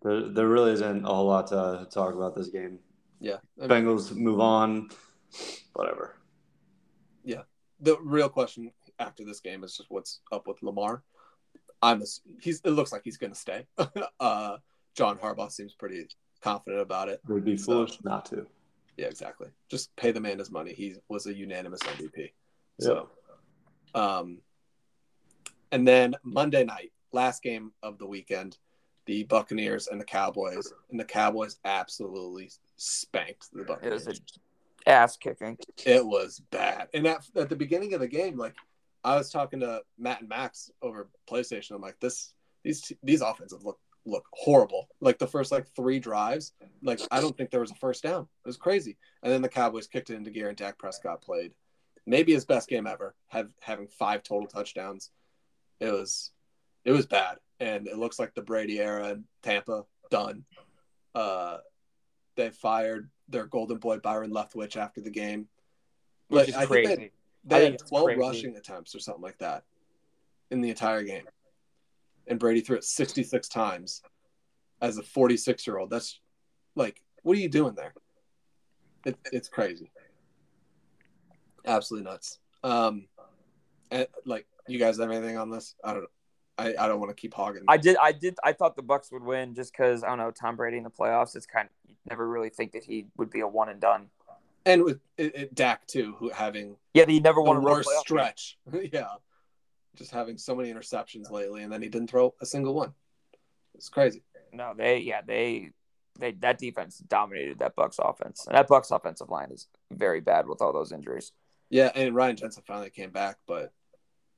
there, there really isn't a whole lot to talk about this game. yeah. I mean, Bengals move on, whatever. the real question after this game is just what's up with Lamar. I'm ass- he's it looks like he's going to stay. uh, John Harbaugh seems pretty confident about it. They'd be So- foolish not to. Yeah, exactly. Just pay the man his money. He was a unanimous MVP. So, um, and then Monday night, last game of the weekend, the Buccaneers and the Cowboys, and the Cowboys absolutely spanked the It was Buccaneers. an ass kicking. It was bad. And at, at the beginning of the game, like I was talking to Matt and Max over PlayStation. I'm like, this these these offenses look look horrible. Like the first like three drives, like I don't think there was a first down. It was crazy. And then the Cowboys kicked it into gear, and Dak Prescott played maybe his best game ever, have having five total touchdowns. It was it was bad, and it looks like the Brady era in Tampa done. Uh, they fired their golden boy Byron Leftwich after the game. Which Like, is I think crazy. I They think had it's 12 crazy. rushing attempts or something like that in the entire game. And Brady threw it 66 times as a 46 year old. That's like, what are you doing there? It, it's crazy. Absolutely nuts. Um, and, like, you guys have anything on this? I don't know. I, I don't want to keep hogging. I did. I did. I thought the Bucks would win just because I don't know Tom Brady in the playoffs. It's kind of you never really think that he would be a one and done. and with it, it, Dak, too, who having Yeah, he never the won a real worst playoff game. stretch. yeah. Just having so many interceptions lately, and then he didn't throw a single one. It's crazy. No, they yeah they they that defense dominated that Bucks offense, and that Bucks offensive line is very bad with all those injuries. Yeah, and Ryan Jensen finally came back, but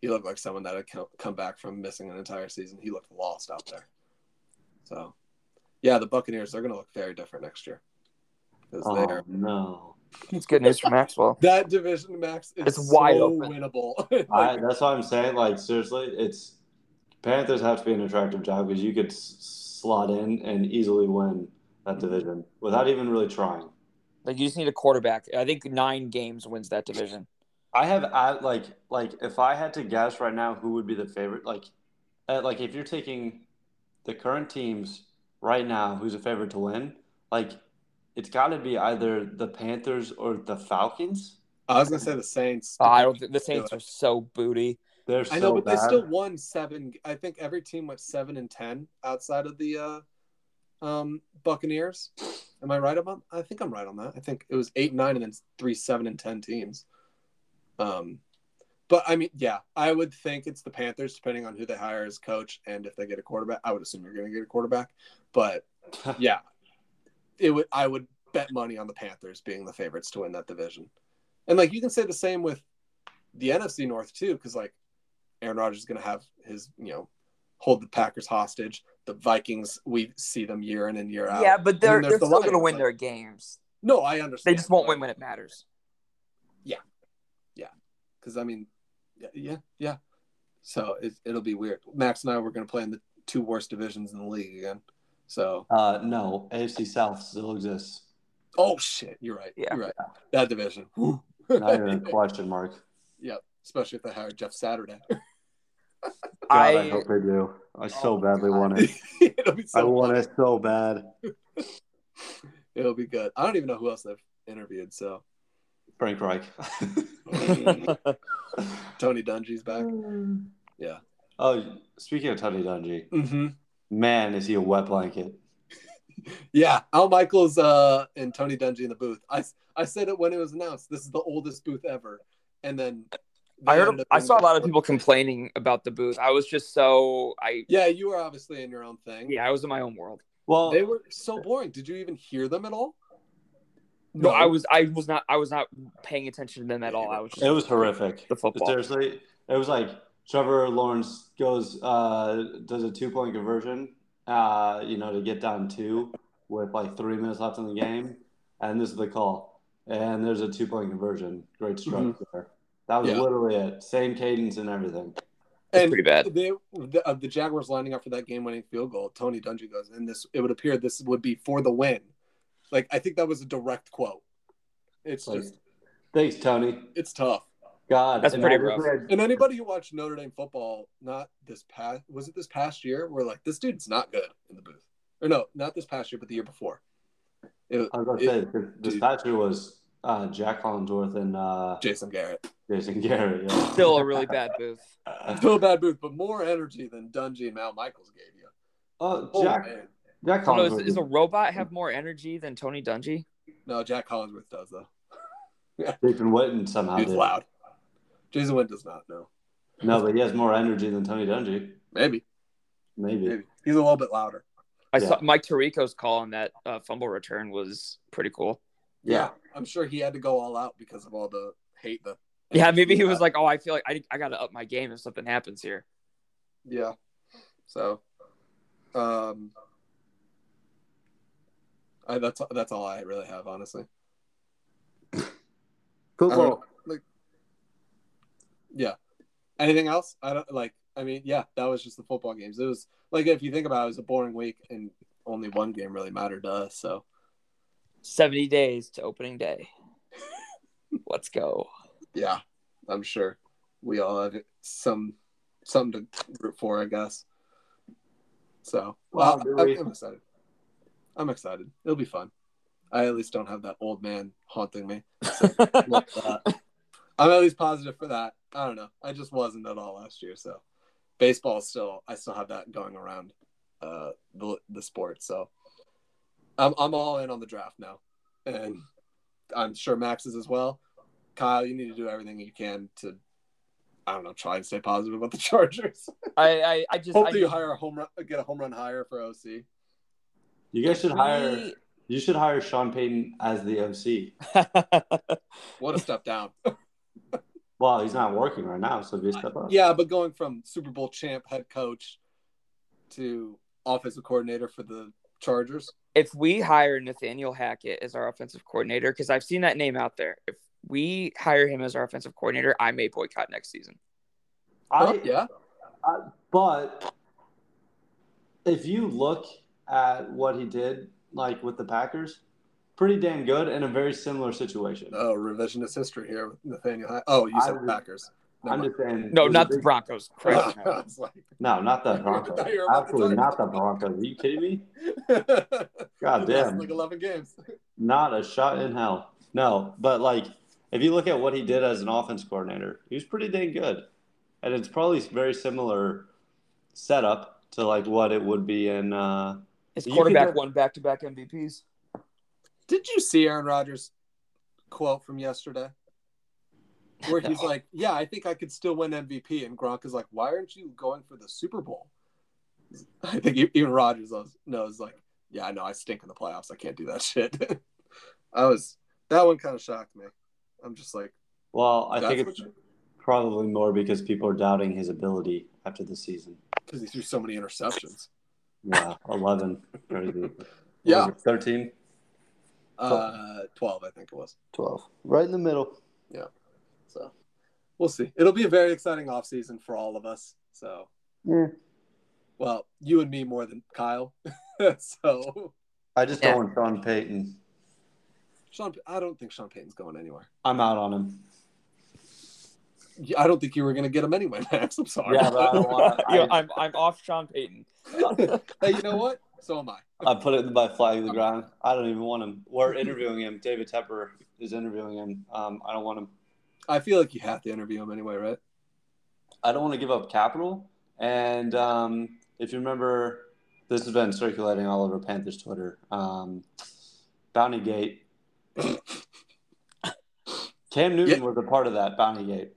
he looked like someone that had co- come back from missing an entire season. He looked lost out there. So, yeah, the Buccaneers they're going to look very different next year because Oh they're no! It's good news for Maxwell. that division max is It's wide so open. winnable. I, that's what I'm saying. Like seriously, it's Panthers have to be an attractive job because you could s- slot in and easily win that division without even really trying. Like you just need a quarterback. I think nine games wins that division. I have I, like like if I had to guess right now who would be the favorite like uh, like if you're taking the current teams right now who's a favorite to win like it's got to be either the Panthers or the Falcons. I was going to say the Saints. Uh, I don't. think The Saints are so booty. They're so I know, but bad. they still won seven. I think every team went seven and ten outside of the uh, um, Buccaneers. Am I right about? I think I'm right on that. I think it was eight, nine, and then three, seven, and ten teams. Um, but I mean, yeah, I would think it's the Panthers, depending on who they hire as coach and if they get a quarterback. I would assume you're going to get a quarterback, but yeah, it would. I would bet money on the Panthers being the favorites to win that division, and like you can say the same with the NFC North too, because like Aaron Rodgers is going to have his, you know, hold the Packers hostage. The Vikings, we see them year in and year out. Yeah, but they're And then they're there's the still going to Lions, win like- their games. No, I understand. They just won't win when it matters. Because I mean, yeah, yeah, yeah. So it, it'll be weird. Max and I were going to play in the two worst divisions in the league again. So uh, no AFC South still exists. oh shit, you're right. Yeah. You're right. That division. Whew. Not even a question mark. yep. Especially if they hired Jeff Saturday. God, I, hope they do. I so Oh, badly God. want it. it'll be I so. want it so bad. It'll be good. I don't even know who else they've interviewed. So Frank Reich. Tony Dungy's back. Mm. Yeah. oh, speaking of Tony Dungy, Mm-hmm. man, is he a wet blanket? Yeah, Al Michaels uh, and Tony Dungy in the booth. I, I said it when it was announced. This is the oldest booth ever, and then they I heard. ended up I being saw a the- lot of people complaining about the booth. I was just so I. Yeah, you were obviously in your own thing. Yeah, I was in my own world. Well, they were so boring. Did you even hear them at all? No, I was. I was not. I was not paying attention to them at all. I was. Just, It was horrific. The football. Seriously, it was like Trevor Lawrence goes uh, does a two point conversion uh, you know, to get down two with like three minutes left in the game. And this is the call. And there's a two point conversion. Great strike Mm-hmm. there. That was Yeah. literally it. Same cadence and everything. That's pretty bad. They, the, uh, the Jaguars lining up for that game-winning field goal. Tony Dungy goes, and this it would appear this would be for the win. Like I think that was a direct quote. It's Like, just thanks, Tony. it's tough. God. That's And pretty I just rough. read- And anybody who watched Notre Dame football, not this past was it this past year, were like, this dude's not good in the booth. Or no, not this past year, but the year before. It, uh, I was going to it- say, the, the dude. statue was uh, Jack Collinsworth and uh, Jason Garrett. Jason Garrett. Yeah. Still a really bad booth. Still a bad booth, but more energy than Dungy and Mal Michaels gave you. oh, Oh, Jack, man. Jack I don't know, Collinsworth. is, is a robot have more energy than Tony Dungy? No, Jack Collinsworth does though. Jason Witten somehow Dude's did. loud. Jason Wynn does not know. No, but he has more energy than Tony Dungy. Maybe. Maybe. Maybe. He's a little bit louder. I Yeah. saw Mike Tirico's call on that uh, fumble return was pretty cool. Yeah. Yeah. I'm sure he had to go all out because of all the hate. The Yeah, maybe he was like, "Oh, I feel like I, I got to up my game if something happens here." yeah. So, um, I, that's that's all I really have, honestly. I don't- Football. like, yeah. Anything else? I don't like. I mean, yeah, that was just the football games. It was like if you think about it, it was a boring week, and only one game really mattered to us. So Seventy days to opening day. Let's go. yeah, I'm sure we all have some something to root for, I guess. So Wow, well, I- Billy. I'm excited. I'm excited. It'll be fun. I at least don't have that old man haunting me. Love that. I'm at least positive for that. I don't know. I just wasn't at all last year, so baseball is still I still have that going around uh, the the sport. So I'm I'm all in on the draft now, and I'm sure Max is as well. Kyle, you need to do everything you can to I don't know try and stay positive about the Chargers. I I, I just I, Hopefully, you hire a home run, get a home run higher for OC. you guys should hire. we- You should hire Sean Payton as the OC. What a step down. Well, he's not working right now, so be a step up. Yeah, but going from Super Bowl champ head coach to offensive coordinator for the Chargers, if we hire Nathaniel Hackett as our offensive coordinator, because I've seen that name out there. If we hire him as our offensive coordinator, I may boycott next season. I, Oh, yeah, But if you look at what he did, like with the Packers, pretty damn good in a very similar situation. oh, revisionist history here with Nathaniel. Hi- Oh, you said I- Packers. I'm just saying. No, there's a not the big- Broncos. Crap. I was like- No, not the I thought you Broncos. were about to Absolutely talk- not the Broncos. Are you kidding me? God We've lost damn. like eleven games. Not a shot in hell. No, but like if you look at what he did as an offense coordinator, he was pretty dang good, and it's probably very similar setup to like what it would be in. Uh, His You can quarterback do- won back-to-back MVPs. Did you see Aaron Rodgers' quote from yesterday? Where he's No. like, "Yeah, I think I could still win MVP," and Gronk is like, "Why aren't you going for the Super Bowl?" I think e- even Rodgers knows- knows, like, "Yeah, I know I stink in the playoffs. I can't do that shit." I was that one kind of shocked me. I'm just like, well, I think "That's it's what you- probably more because people are doubting his ability after the season. because he threw so many interceptions." Yeah, eleven, crazy. Yeah. Was it 13, Uh, twelve, I think it was. 12. right in the middle. So we'll see. It'll be a very exciting offseason for all of us. So, Yeah. well, you and me more than Kyle. so, I just Yeah. don't want Sean Payton. Sean, I don't think Sean Payton's going anywhere. I'm out on him. Yeah, I don't think you were going to get him anyway, Max. I'm sorry. Yeah, but I don't want. Yeah, I, I'm I'm off Sean Payton. hey, you know what? So am I. I put it in my flag to the ground. I don't even want him. We're interviewing him. David Tepper is interviewing him. Um, I don't want him. I feel like you have to interview him anyway, right? I don't want to give up capital. And um, if you remember, this has been circulating all over Panthers Twitter. Um, Bounty Gate. Cam Newton was a part of that Bounty Gate.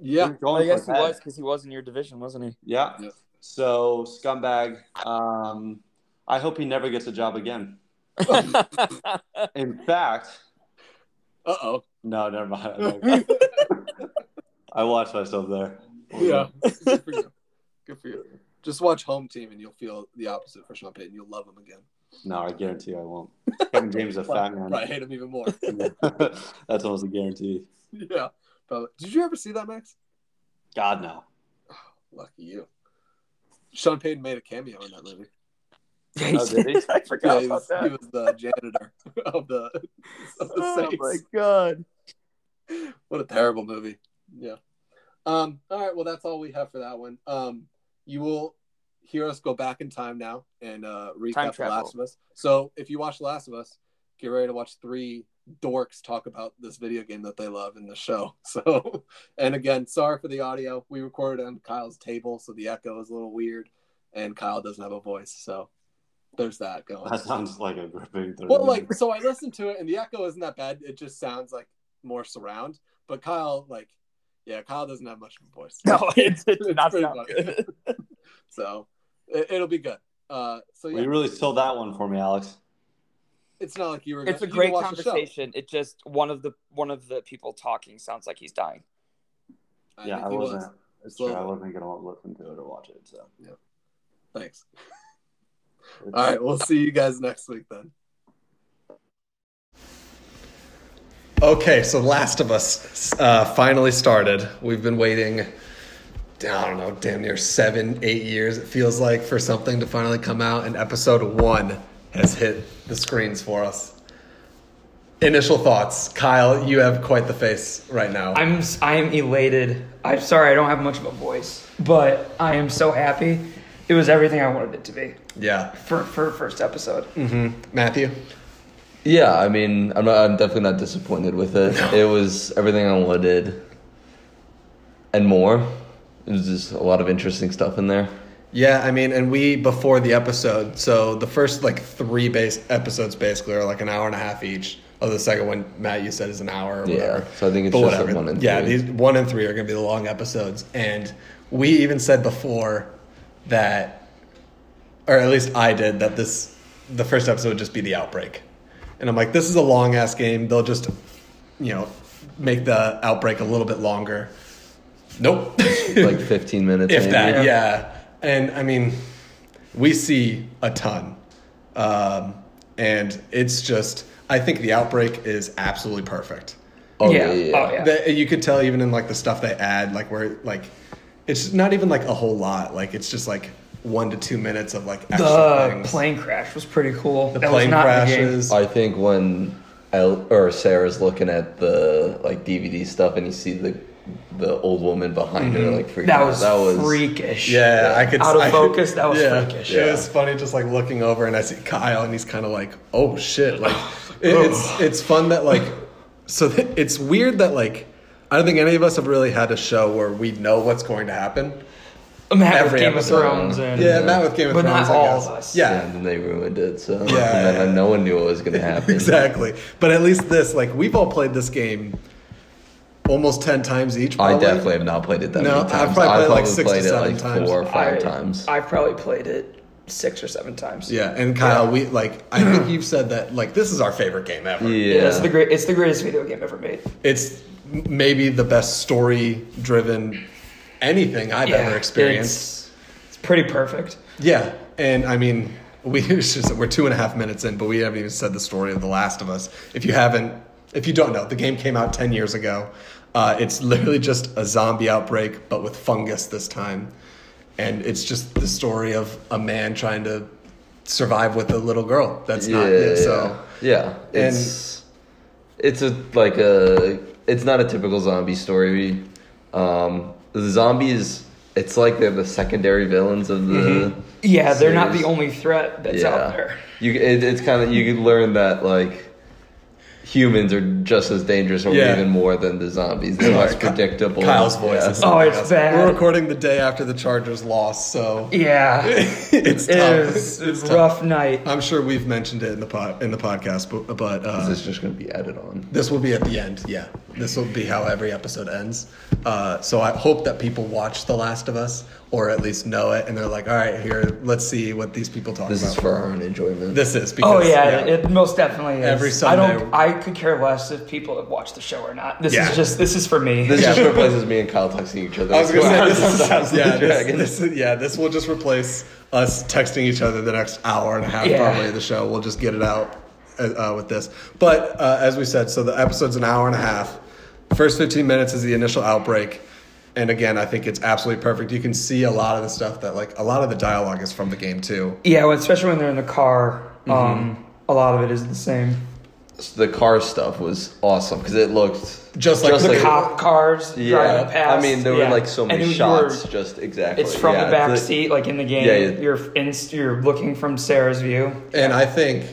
Yeah. He was going I for guess he that. was because he was in your division, wasn't he? Yeah. Yeah. So scumbag. Um, I hope he never gets a job again. Oh, In fact, Uh oh. no, never mind. yeah. I watched myself there. Good for you. Good for you. Just watch home team and you'll feel the opposite for Sean Payton. You'll love him again. No, I guarantee you I won't. Kevin James is a fat man. Probably hate him even more. That's almost a guarantee. yeah. Probably. Did you ever see that, Max? God no. Lucky you. Sean Payton made a cameo in that movie. Oh, did he? I Yeah, forgot he about was, he that. was the janitor of the, of the Oh Saints. my god. what a terrible movie. Yeah. Um, all right. Well, that's all we have for that one. Um, you will hear us go back in time now and uh, Time recap The travel. Last of Us. So if you watch The Last of Us, get ready to watch three dorks talk about this video game that they love in the show. So, and again, sorry for the audio. We recorded on Kyle's table, so the echo is a little weird, and Kyle doesn't have a voice. So there's that going. That sounds like a gripping third. Well, like, so I listened to it, and the echo isn't that bad. It just sounds like more surround. But Kyle, like, yeah, Kyle doesn't have much of a voice. No, it did It's not pretty sound much- good. So it, it'll be good. Uh, so Well, yeah, you really sold that one for me, Alex. it's not like you were. It's a gonna- you great can watch the show. conversation. It just one of the one of the people talking sounds like he's dying. I yeah, think I he wasn't. was. It's true. Well- I wasn't gonna listen to it or watch it. So. Thanks. All right, we'll see you guys next week then. Okay, so Last of Us uh, finally started. We've been waiting, I don't know, damn near seven, eight years, it feels like, for something to finally come out, and episode one has hit the screens for us. Initial thoughts. Kyle, you have quite the face right now. I'm I'm elated. I'm sorry I don't have much of a voice, but I am so happy. It was everything I wanted it to be yeah. for for first episode. Mm. Matthew? Yeah, I mean, I'm not. I'm definitely not disappointed with it. It was everything I wanted, and more. It was just a lot of interesting stuff in there. Yeah, I mean, and we before the episode, so the first like three base episodes basically are like an hour and a half each. Oh, the second one, Matt, you said is an hour or Yeah, whatever. so I think it's But just, like, one and yeah, three. these one and three are going to be the long episodes, and we even said before that, or at least I did, that this the first episode would just be the outbreak, and I'm like, this is a long ass game. They'll just, you know, make the outbreak a little bit longer. Nope. Like 15 minutes. if maybe. that yeah and i mean we see a ton um, and it's just i think the outbreak is absolutely perfect Oh Yeah. yeah. yeah, Oh, yeah. That- you could tell even in like the stuff they add like where like it's not even like a whole lot like it's just like one to two minutes of like extra The things. plane crash was pretty cool. the That was plane not in the game. crashes I think when El- or Sarah's looking at the like DVD stuff, and you see the the old woman behind Mm-hmm. her, like freaking That out. was, freakish. Yeah, I could. Out of I could- focus, that was freakish. It Yeah. was funny, just like looking over, and I see Kyle, and he's kind of like, "Oh shit!" Like, it, it's it's fun that like, so th- it's weird that like, I don't think any of us have really had a show where we know what's going to happen. Matt with Every Game episode. of Thrones and Yeah, Matt with Game of but Thrones, I not all guess. of us. Yeah. And then they ruined it. So and Yeah. then no one knew what was gonna happen. Exactly, but at least this, like, we've all played this game almost ten times each. I probably. definitely have not played it that No, many I've times. probably played it, like, six to played it seven like times. four or five I- times. I've probably played it six or seven times. Yeah, and Kyle, we like. I think you've said that like this is our favorite game ever. yeah. Yeah, it's the great. It's the greatest video game ever made. it's m- maybe the best story driven anything I've Yeah, ever experienced. It's, it's pretty perfect. Yeah, and I mean, we it's just, we're two and a half minutes in, but we haven't even said the story of The Last of Us. If you haven't, if you don't know, the game came out ten years ago. Uh, it's literally just a zombie outbreak, but with fungus this time, and it's just the story of a man trying to survive with a little girl. That's yeah, not yeah, it, so. yeah. It's it's a like a it's not a typical zombie story. Um, the zombies, it's like they're the secondary villains of the. Mm-hmm. Yeah, they're not the series. only threat that's yeah. out there. You it, it's kind of you can learn that like humans are just as dangerous or Yeah. even more than the zombies. They're less Sorry, Ky- predictable. Kyle's voice. Yeah. is Oh, it's something else. bad. We're recording the day after the Chargers loss, so Yeah, it's it tough. was It's a tough. rough night. I'm sure we've mentioned it in the pod in the podcast, but, but uh, This this, is just gonna be added on. will be at the end. Yeah. this will be how every episode ends. Uh, so I hope that people watch The Last of Us or at least know it, and they're like, "All right, here, let's see what these people talk This about." is for our own enjoyment. this is Oh because yeah, it most definitely is. Every I Sunday. don't. I could care less if people have watched the show or not. This Yeah. is just. This is for me. This just replaces me and Kyle texting each other. I was gonna say this Hours is, of House of yeah, the this, Dragon. this is- yeah, this will just replace us texting each other the next hour and a half Yeah. probably of the show. We'll just get it out uh, uh, with this. But uh, as we said, so the episode's an hour and a half. First 15 minutes is the initial outbreak. And again, I think it's absolutely perfect. You can see a lot of the stuff that, like, a lot of the dialogue is from the game too. yeah, well, especially when they're in the car. Mm-hmm. Um, a lot of it is the same. the car stuff was awesome because it looked Just like Just the like- Cop cars driving yeah. past. I mean, there yeah. were like so many And you were- shots. just exactly. It's from yeah, the back like- seat, like in the game. Yeah, yeah. You're in, you're looking from Sarah's view. And I think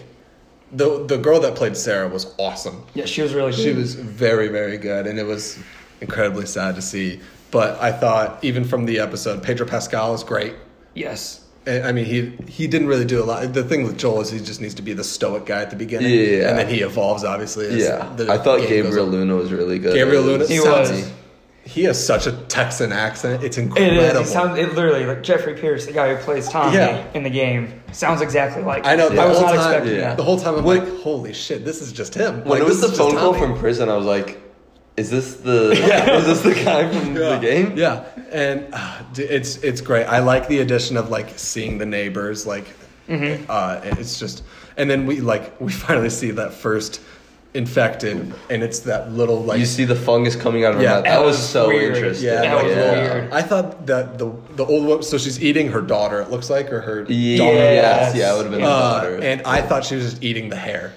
the the girl that played Sarah was awesome. Yeah, she was really. Good. She was very, very good, and it was incredibly sad to see. But I thought, even from the episode, Pedro Pascal is great. Yes. And, I mean, he he didn't really do a lot. The thing with Joel is he just needs to be the stoic guy at the beginning, Yeah. and then he evolves obviously. As Yeah, the I thought game goes Gabriel on. Luna was really good. Gabriel Luna He sounds- was. He has such a Texan accent; it's It incredible. is. It sounds. It literally like Jeffrey Pierce, the guy who plays Tommy Yeah. in the game, sounds exactly like. I know. him. The I was whole not time, expecting yeah. The that. whole time, I'm When- like, "Holy shit, this is just him." When like, it was this the is just phone call Tommy. from prison, I was like, "Is this the? yeah. Is this the guy from yeah. the game? Yeah, and uh, d- it's it's great. I like the addition of like seeing the neighbors. Like, Mm-hmm. uh, it's just, and then we like we finally see that first infected, and it's that little like You see the fungus coming out of her Yeah. mouth. That, That was, was so weird. interesting. yeah, That like, was yeah. weird. I thought that the the old woman, so she's eating her daughter. It looks like or her Yeah, daughter. yes, yeah, it would have been the Uh, daughter. and I thought she was just eating the hair,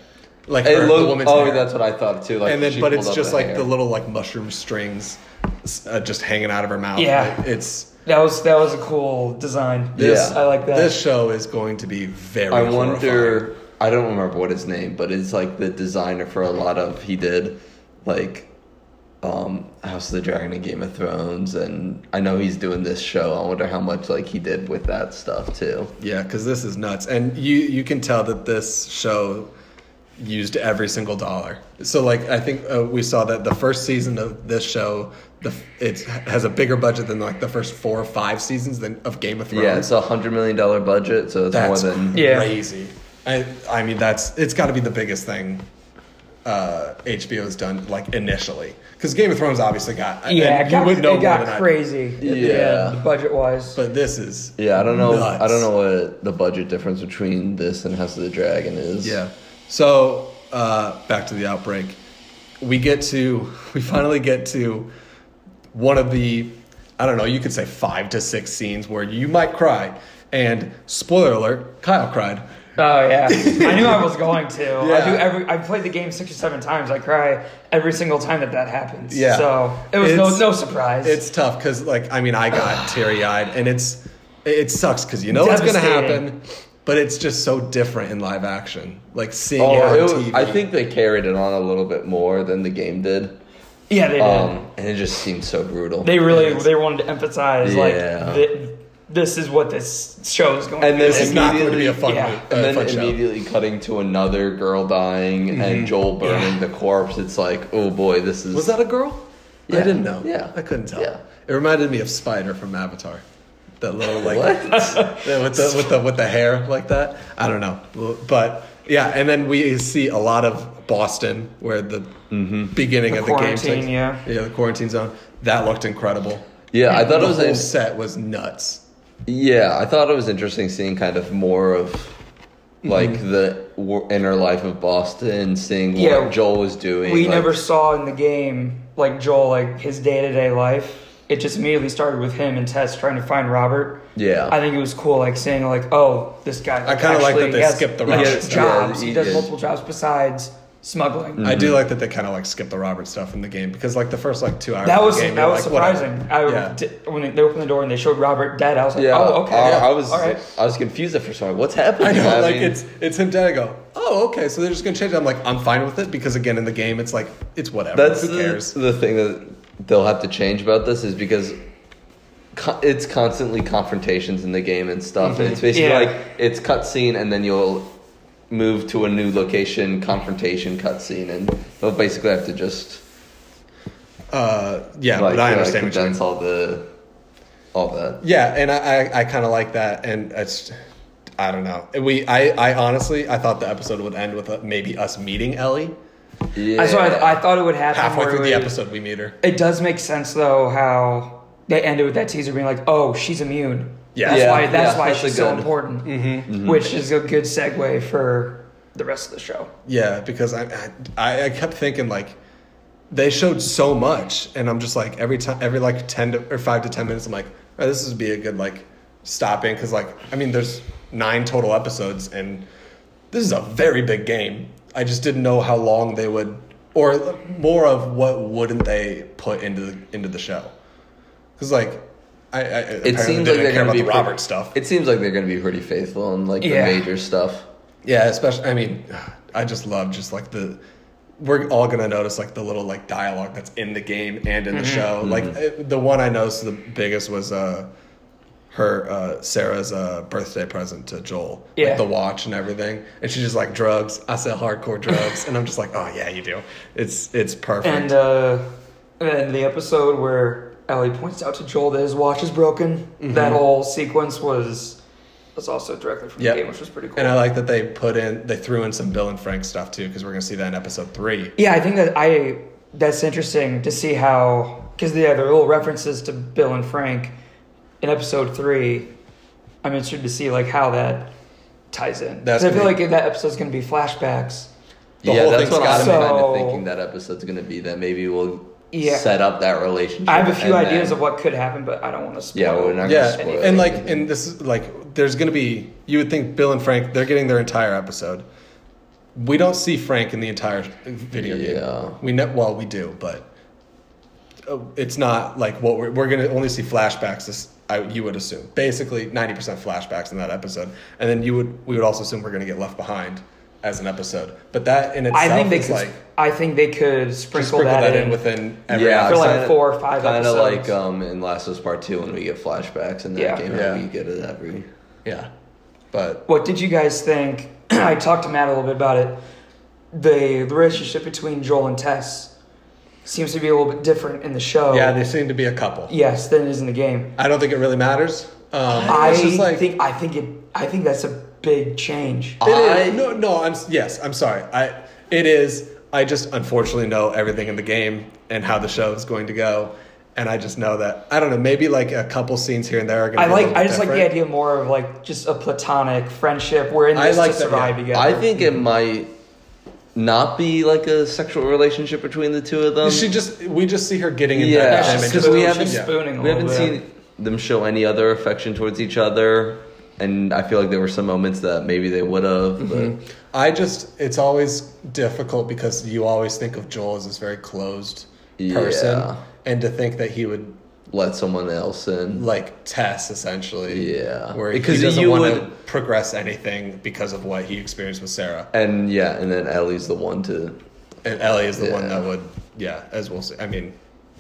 like It her, looked- the woman's oh, hair. that's what I thought too. Like, and then she but pulled it's up just like hair. the little like mushroom strings uh, just hanging out of her mouth Yeah. Like, it's That was that was a cool design. This- I like that. this show is going to be very I horrifying. wonder. I don't remember what his name, but it's like the designer for a lot of. He did like um House of the Dragon and Game of Thrones, and I know he's doing this show. I wonder how much like he did with that stuff too. yeah because this is nuts and you you can tell that this show used every single dollar so like i think uh, we saw that the first season of this show the f- it has a bigger budget than like the first four or five seasons than, of game of thrones Yeah, it's a hundred million dollar budget, so it's That's more than. Yeah. crazy. I, I mean, that's it's got to be the biggest thing uh, HBO's done like initially because Game of Thrones obviously got yeah, and it got, you would know it more got than I do. crazy. Yeah. budget wise. but this is Yeah, I don't know. nuts. I don't know what the budget difference between this and House of the Dragon is. Yeah. So uh, back to the outbreak. We get to we finally get to one of the I don't know you could say five to six scenes where you might cry and spoiler alert Kyle cried. Oh yeah, I knew I was going to. I do Yeah. every. I played the game six or seven times. I cry every single time that that happens. Yeah. so it was no It's- no surprise. It's tough because, like, I mean, I got teary eyed, and it's it sucks because you know it's going to Devastating. happen, but it's just so different in live action. Like seeing Oh, it on it was- TV. I think they carried it on a little bit more than the game did, yeah, they did. um, and it just seemed so brutal. they really they wanted to emphasize like Yeah. th- this is what this show is going. And to then this is not going to be a fun, Yeah. mo- and uh, then fun show. immediately cutting to another girl dying and Joel burning the corpse. It's like, oh boy, this is. Mm-hmm. Was that a girl? I Yeah. didn't know. Yeah. I couldn't tell. Yeah. It reminded me of Spider from Avatar. That little like what? with the with the with the hair like that. I don't know, but yeah. And then we see a lot of Boston, where the Mm-hmm. beginning The of the game quarantine, takes- yeah. yeah, the quarantine zone. That looked incredible. yeah, I thought The it was. whole in- set was nuts. yeah, I thought it was interesting seeing kind of more of Mm-hmm. like the wor- inner life of Boston, seeing what Yeah. Joel was doing. we like- never saw in the game like Joel like his day to day life. It just immediately started with him and Tess trying to find Robert. Yeah. I think it was cool, like saying like, "Oh, this guy." I kinda like actually that they has- skipped the he Robert has stuff. jobs. Yeah, he he does did. Mm. multiple jobs besides smuggling. I Mm-hmm. do like that they kind of like skip the Robert stuff in the game because like the first like two hours. That of was the game, that you're was like, whatever. surprising. I, Yeah. di- when they, they opened the door and they showed Robert dead, I was like, Yeah. "Oh, okay." I, yeah, I was. all right. I was confused at first. I'm like, what's happening? I know, like mean, it's it's him dead. I go, oh okay, so they're just gonna change it. I'm like, I'm fine with it because again in the game it's like it's whatever. That's Who the, cares? the thing that they'll have to change about this is because co- it's constantly confrontations in the game and stuff. And it's basically Mm-hmm. Yeah. like it's cutscene and then you'll move to a new location, confrontation cutscene, and they'll basically have to just Uh, yeah, Like, but I yeah, understand what you mean. condense all the all that. Yeah, and I I, I kind of like that, and it's I don't know. We I I honestly I thought the episode would end with uh maybe us meeting Ellie Yeah. That's why I, I thought it would happen. halfway where through the it- episode. We meet her. It does make sense though how they ended with that teaser being like, "Oh, she's immune." Yeah. that's Yeah, why. That's yeah, why that's a she's so good- Mm-hmm. important, which is a good segue for the rest of the show. Yeah, because I I, I kept thinking like they showed so much, and I'm just like every time every like ten to, or five to ten minutes, I'm like oh, this would be a good like stopping because like I mean there's nine total episodes, and this is a very big game. I just didn't know how long they would or more of what wouldn't they put into the into the show because like I, I It seems like didn't they're care going about to be the Robert pretty- stuff. It seems like they're going to be pretty faithful in like Yeah. the major stuff. Yeah, especially. I mean, I just love just like the. We're all gonna notice like the little like dialogue that's in the game and in the show. Mm-hmm. Like uh, the one I noticed the biggest was uh, her uh, Sarah's uh, birthday present to Joel, Yeah. like the watch and everything. And she's just like drugs. I sell hardcore drugs, and I'm just like, oh yeah, you do. It's it's perfect. And uh, and the episode where Ellie points out to Joel that his watch is broken. Mm-hmm. That whole sequence was was also directly from Yep. the game, which was pretty cool. and I like that they put in they threw in some Bill and Frank stuff too because we're gonna see that in episode three. Yeah, I think that I that's interesting to see how because yeah, there are little references to Bill and Frank in episode three. I'm interested to see like how that ties in. That's Because I feel gonna like be- that episode's gonna be flashbacks. The yeah, whole that's thing's what I'm gotta be- kind So- of thinking that episode's going to be. That maybe we'll Yeah. set up that relationship. I have a few and ideas then- of what could happen, but I don't want to spoil. Yeah, we're not gonna Yeah, spoil and it. like, and this is like, there's gonna be. You would think Bill and Frank, they're getting their entire episode. We don't see Frank in the entire video game. Yeah. We know, well, we do, but uh, it's not like what we're, we're gonna only see flashbacks. This I, you would assume basically ninety percent flashbacks in that episode, and then you would we would also assume we're gonna get left behind as an episode. But that in itself I think they is could. like I think they could just sprinkle, sprinkle that, in. in within every yeah, For, like, kinda- four or five kinda episodes. like um, in Last of Us Part Two when we get flashbacks in that Yeah. game, Yeah. how we get it every. yeah, but What did you guys think? I talked to Matt a little bit about it. The, the relationship between Joel and Tess seems to be a little bit different in the show. yeah, they seem to be a couple. yes, than it is in the game. I don't think it really matters. Um, I it's just like, think I think it. I think that's a big change. It is- I- no, no. I'm yes. I'm sorry. I it is. I just unfortunately know everything in the game and how the show is going to go, and I just know that I don't know. Maybe like a couple scenes here and there are going. to I be a like. little I just like the different. idea more of like just a platonic friendship. We're in I this like to that, survive yeah. together. I think it might not be like a sexual relationship between the two of them. She just we just see her getting in yeah, that That's dynamic. just because Just- we spooning- haven't she's spooning a we haven't little bit. seen them show any other affection towards each other, and I feel like there were some moments that maybe they would have. But I just it's always difficult because you always think of Joel as this very closed person, Yeah. and to think that he would let someone else in. like Tess essentially, Yeah. where Because he doesn't you want to would- progress anything because of what he experienced with Sarah. And yeah, and then Ellie's the one to. And Ellie is the one Yeah. that would, yeah, as we'll see. I mean,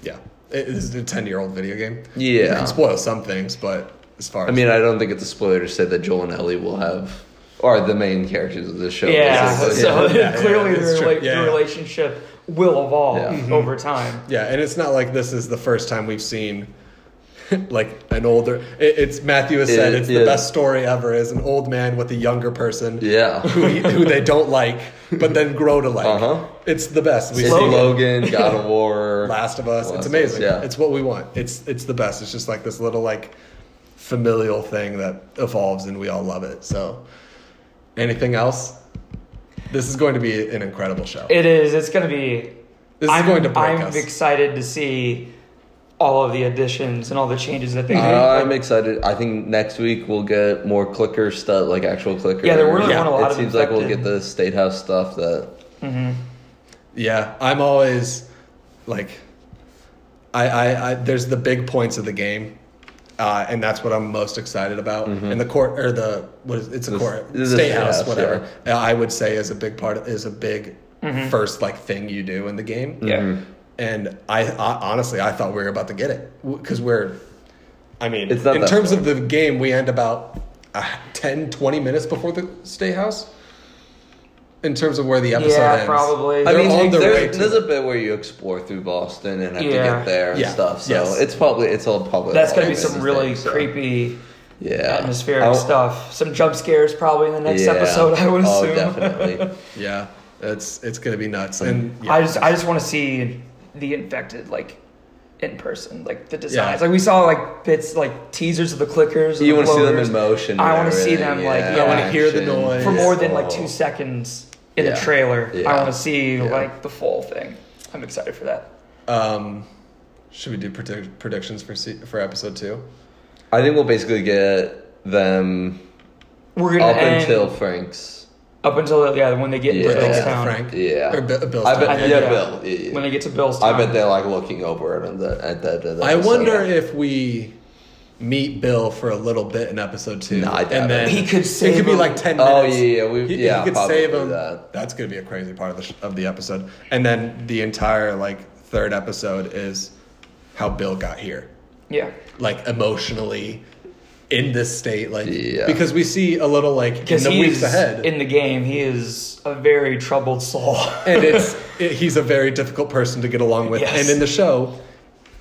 yeah, it it is a ten-year-old video game. Yeah. you can spoil some things, but as far as I mean, I don't think it's a spoiler to say that Joel and Ellie will have are the main characters of the show. yeah. basically. So Yeah, yeah, clearly, yeah, the, it's true. rela- Yeah, the yeah. relationship will evolve Yeah. Mhm. over time. yeah, and it's not like this is the first time we've seen like an older. It, it's Matthew has said It- it's yeah. the best story ever is an old man with a younger person yeah. who, he, who they don't like, but then grow to like. Uh-huh. It's the best. We've It's seen it. Logan, God of War, Last of Us. Last it's of amazing. Us, yeah. It's what we want. It's it's the best. It's just like this little like familial thing that evolves and we all love it. So anything else? This is going to be an incredible show. It is. It's going to be. this I'm is going to break I'm us. excited to see all of the additions and all the changes that they made. Uh, Uh, I'm excited. I think next week we'll get more clicker stuff, like actual clicker. Yeah, there were a lot it of seems like we'll infected- get the state house stuff that yeah, I'm always like I, I, I there's the big points of the game. Uh, and that's what I'm most excited about. Mm-hmm. And the court or the what is it's a The- court the state state house, house, whatever. I would say is a big part of, is a big Mm-hmm. first like thing you do in the game. Yeah. and I, I honestly I thought we were about to get it because we're I mean It's not in that terms far. of the game we end about uh, 10 20 minutes before the state house in terms of where the episode yeah, ends. probably. I They're mean, on their way there's, to- there's a bit where you explore through Boston and have to Yeah. get there and Yeah. stuff. So Yes. it's probably it's all probably That's gonna all be some business really thing, so- creepy yeah atmospheric I'll- stuff. Some jump scares probably in the next yeah. episode. I would assume. Oh, definitely. Yeah, it's it's gonna be nuts. And yeah, I just I just want to see the infected like in person, like the designs. Yeah. Like we saw like bits, like teasers of the clickers. and you the want to see them blowers. in motion. I want wanna to see them, like, I wanna hear the noise. for more than like Oh. two seconds in Yeah. a trailer. I Yeah. want to see Yeah. like the full thing. I'm excited for that. um, should we do predict- predictions for se- for episode two? I think we'll basically get them We're gonna up end until Frank's. up until yeah when they get Yeah. to Thanks to Billstown. Frank. Yeah. Or Bi- Bill's I bet. time. I bet- yeah, yeah. Bill. yeah, yeah. When they get to Bill's I bet they're like looking over it on the, at that. at that I episode. wonder if we meet Bill for a little bit in episode two, No, I doubt and it. then He could it save could be him. like ten minutes. Oh, yeah, yeah, we- he, yeah, he could probably save do him. that. That's gonna be a crazy part of the sh- of the episode, and then the entire like third episode is how Bill got here, Yeah, like emotionally in this state, like Yeah. because we see a little like in because the he weeks is ahead, in the game. He is a very troubled soul. and it's it, he's a very difficult person to get along with. Yes. And in the show,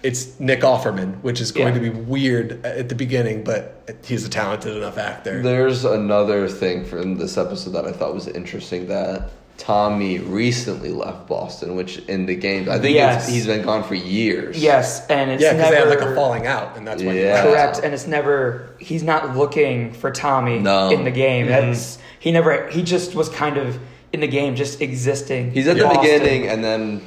it's Nick Offerman, which is going to be Yeah. weird at the beginning, but he's a talented enough actor. There's another thing from this episode that I thought was interesting that Tommy recently left Boston, which in the game, I think it's- Yes. he's been gone for years. yes, and it's yeah, because never they had like a falling out, and that's why. he Yeah. left. Correct, and it's never he's not looking for Tommy No. in the game. Mm-hmm. That's he never he just was kind of in the game, just existing. He's at the Boston. beginning, and then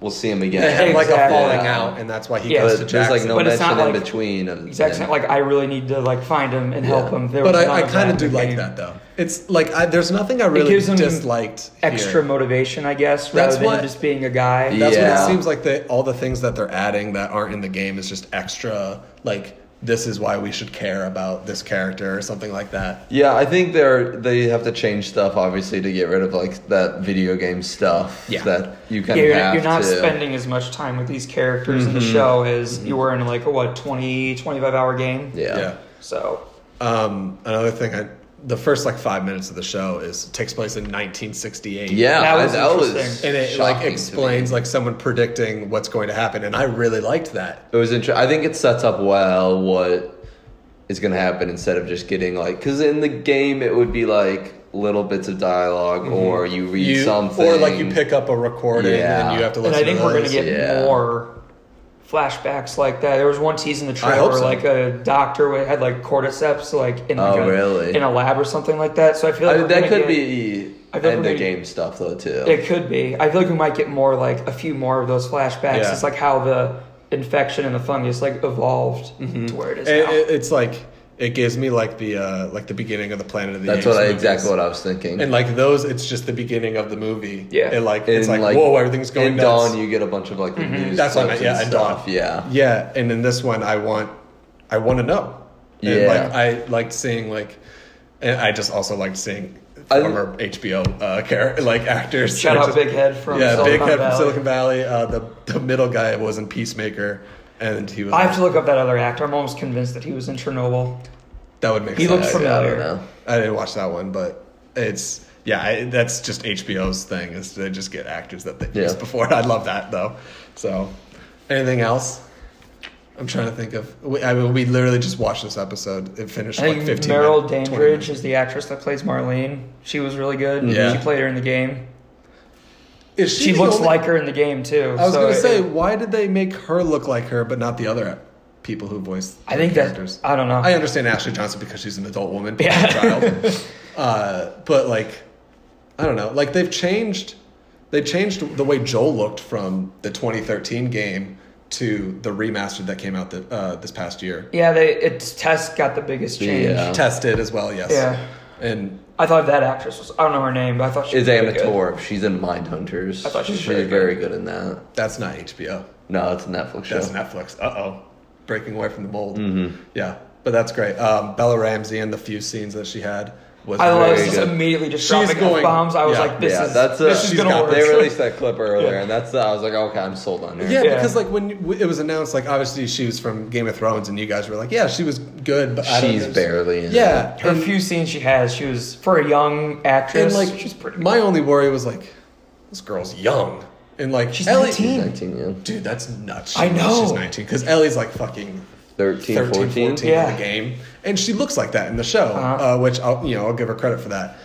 we'll see him again. They had like a Exactly. falling Yeah. out, and that's why he Yeah. goes But to there's like Jackson. no But it's mention not in like- between. Of Exactly. him. Like I really need to like find him and help Yeah. him. There but was I, none I of kind that in of do the like game. that though. It's like I, there's nothing I really gives him disliked. here. Extra motivation, I guess, rather That's than what- him just being a guy. Yeah. That's what it seems like. That all the things that they're adding that aren't in the game is just extra. Like this is why we should care about this character or something like that. yeah, I think they're they have to change stuff obviously to get rid of like that video game stuff Yeah. that you Yeah, kind of you're, have you're not to. Mm-hmm. spending as much time with these characters in the show as you were in like a what 20, 25 hour game. yeah. So Um, another thing, I, the first like five minutes of the show is takes place in 1968. Yeah, That I- was that was, interesting. and it shocking like to me. explains like someone predicting what's going to happen, and I really liked that. It was interesting. I think it sets up well what is going to happen instead of just getting like because in the game it would be like little bits of dialog Mm-hmm. or you read You something or like you pick up a recording Yeah. and you have to and listen. I think to we're gonna those. get yeah. more flashbacks like that. There was one tease in the trailer hope where so. like a doctor wa- had like cordyceps like in like Oh, a, really? in a lab or something like that. So I feel I like mean, we're that gonna could get- be I feel like end we're of gonna- game stuff though too. It could be. I feel like we might get more like a few more of those flashbacks. Yeah. It's like how the infection and the fungus like evolved Mm-hmm. to where it is It, now. it- it's like it gives me like the uh, like the beginning of the Planet of the That's Apes what I movies. exactly what I was thinking. And like those, it's just the beginning of the movie. Yeah. and like In, it's like, whoa, everything's going In nuts. Dawn, you get a bunch of like the news That's what I clips meant, yeah, and in Dawn. stuff. Yeah, Yeah, and in this one, I want, I want to know. And, Yeah. like, I liked seeing like, and I just also liked seeing I- former HBO uh, character like actors. Shout I out just- Big Head from yeah, Silicon Big Head Valley. from Silicon Valley. Uh, the the middle guy was in Peacemaker, and he was. I have to look up that other actor. I'm almost convinced that he was in Chernobyl. that would make he sense. looks I, I familiar. don't know. I didn't watch that one, but it's yeah, I, that's just HBO's thing is they just get actors that they Yeah. used before. I love that though. So, anything else? I'm trying to think of. We, I mean, we literally just watched this episode. It finished I think like 15. Meryl minutes, 20 Dandridge minutes. is the actress that plays Marlene. She was really good. Mm-hmm. Yeah. She played her in the game. Is She the looks only- like her in the game too. I was so gonna it- say, why did they make her look like her, but not the other people who voiced? I the think characters? that I don't know. I understand Ashley Johnson because she's an adult woman, but Yeah. a child. uh, but like, I don't know. Like they've changed, they changed the way Joel looked from the 2013 game to the remastered that came out th uh, this past year. yeah, they it's Tess got the biggest change. Yeah. Tested as well, yes. Yeah. And I thought that actress was I don't know her name, but I thought she Is was really good. Amateur. She's in Mindhunters. I thought she was she's really good. very good in that. that's not HBO. No, it's a Netflix show. That's Netflix. Uh oh, Mm-hmm. breaking away from the mold. Yeah, but that's great. Um, Bella Ramsey and the few scenes that she had was I very love just good. immediately just She's dropping going- F bombs. I was yeah, like, this yeah, is that's a, this is she's gonna got work. they released that clip earlier, and that's the, I was like, okay, I'm sold on her. Yeah, Yeah. because like when you- it was announced, like obviously she was from Game of Thrones, and you guys were like, "Yeah, she was good," but I don't she's know. barely in. Yeah, Her few scenes she has, she was for a young and actress. like she's pretty. My only worry was like, this girl's young, and like She's Ellie, 19. She's 19, yeah. dude, that's nuts. I know. she's nineteen because Ellie's like fucking 13, 13, 14, 14. Yeah. in the game, and she looks like that in the show, uh Uh-huh. which I'll you know I'll give her credit for that.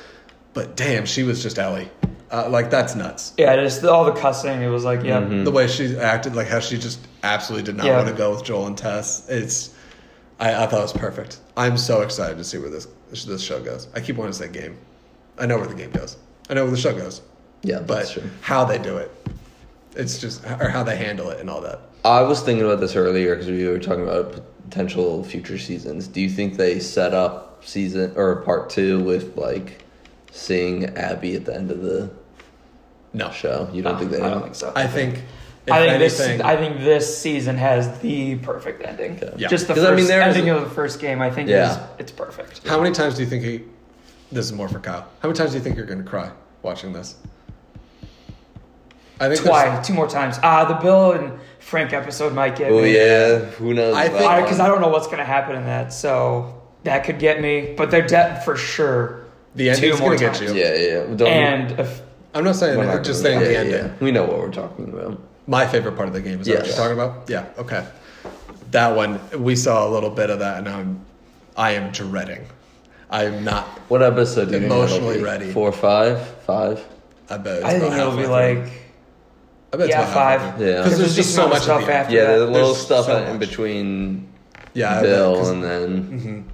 But damn, she was just Ellie. Uh, like that's nuts. yeah, just all the cussing. It was like, yeah, The way she acted, like how she just absolutely did not Yeah. want to go with Joel and Tess. It's, I, I thought it was perfect. I'm so excited to see where this this show goes. I keep wanting to say game. I know where the game goes. I know where the show goes, Yeah, but that's true. how they do it, it's just or how they handle it and all that. I was thinking about this earlier because we were talking about potential future seasons. Do you think they set up season or part two with like seeing Abby at the end of the No, show? You don't think they? I do? don't think so. I think. If I think anything, this. I think this season has the perfect ending. Yeah. Just the 'Cause first I mean, there is- ending of the first game. I think Yeah. is it's perfect. How many times do you think he? This is more for Kyle. How many times do you think you're going to cry watching this? I think Why there's- two more times? Ah, the Bill and Frank episode might get Oh me. yeah, who knows? I about think- that because one? I don't know what's gonna happen in that. So that could get me, but they're de- for sure. The ending's gonna get you. Yeah, yeah. Don't, And if, I'm not saying we're that, not just gonna- saying the yeah, ending. yeah, yeah. We know what we're talking about. My favorite part of the game is that what Yes. you're talking about. Yeah. Okay. That one we saw a little bit of that, and I'm, I am dreading. I am not. What episode? Do you think it'll Emotionally be? ready. Four, five, five. I bet. It's I think about it'll be halfway through. like I bet it's yeah, about halfway five. through. Yeah. 'Cause Because there's there's just just so not much stuff of the- after Yeah, that. there's a little There's stuff so in much. Uh, between Yeah. I bet, Bill 'cause- and Mm-hmm. then.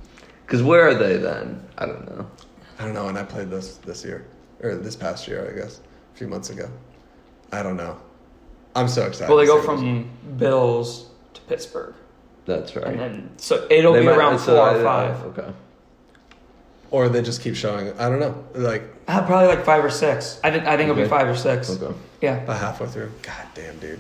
Because where are they then? I don't know. I don't know, and I played this this year or this past year, I guess, a few months ago. I don't know. I'm so excited. Well, they to go see this. from Bills to Pittsburgh, That's right. and then so it'll They be might- around four so or I- five. Okay. or they just keep showing. I don't know, like Uh, probably like five or six. I think I think it'll Okay. be five or six. Okay. Yeah, about halfway through. God damn, dude,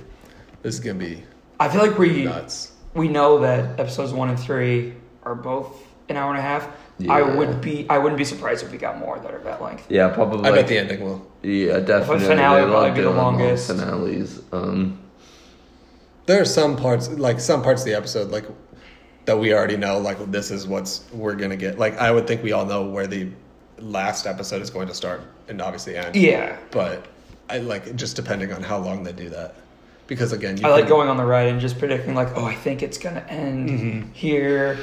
this is gonna be I feel like we nuts. we know that episodes one and three are both an hour and a half. I Yeah. would be I wouldn't be surprised if we got more that are that length. Yeah, probably. I bet the ending will. Yeah, definitely. finale They would love probably be the doing long longest. Finales. Um, There are some parts, like some parts of the episode, like that we already know. Like this is what's we're gonna get. Like I would think we all know where the last episode is going to start and obviously end. Yeah, But I like just depending on how long they do that, because again, you I like can- going on the ride and just predicting like, oh, I think it's gonna end here,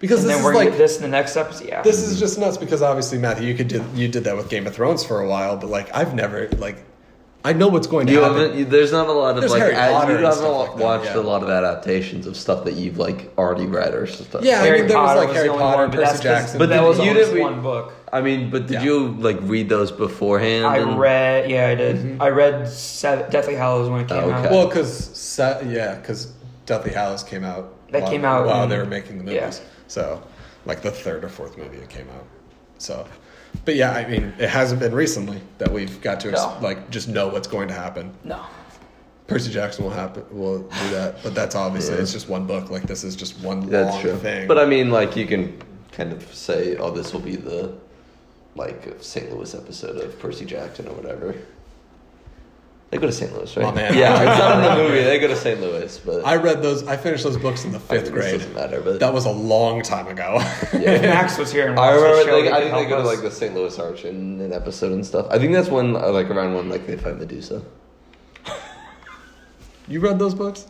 because and this then Mm-hmm. is we're gonna like get this in the next episode. Yeah, This is just nuts because obviously, Matthew, you could do you did that with Game of Thrones for a while, but like I've never like I know what's going to you happen. haven't. you- There's not a lot of There's like. Harry ad- Potter you and haven't stuff like that, watched yeah. a lot of adaptations of stuff that you've like already read or stuff. Yeah, I Harry mean, there was Potter like Harry the only Potter, one, but Percy that's 'cause Jackson. But that did- was you you didn't- one book. I mean, but did Yeah. you like read those beforehand? I and- read, yeah, I did. Mm-hmm. I read Seven, Deathly Hallows when it came Oh, out. okay. well, because yeah, because Deathly Hallows came out. That while, came out while in- they were making the movies. yeah. So, like the third or fourth movie it came out. So, but yeah, I mean, it hasn't been recently that we've got to ex- No. like just know what's going to happen. No, Percy Jackson will happen. Will do that, but that's obviously it's just one book. Like this is just one That's long true. thing. But I mean, like you can kind of say, oh, this will be the like St. Louis episode of Percy Jackson or whatever. They go to St. Louis, right? My Oh, man. Yeah, it's not in the movie. They go to St. Louis, but I read those. I finished those books in the fifth This grade. doesn't matter. But That was a long time ago. if Max was here and I watched the remember. show, They, he I could think they help go to us. like the St. Louis Arch in an episode and stuff. I think that's when, uh, like around when, like they find Medusa. you read those books?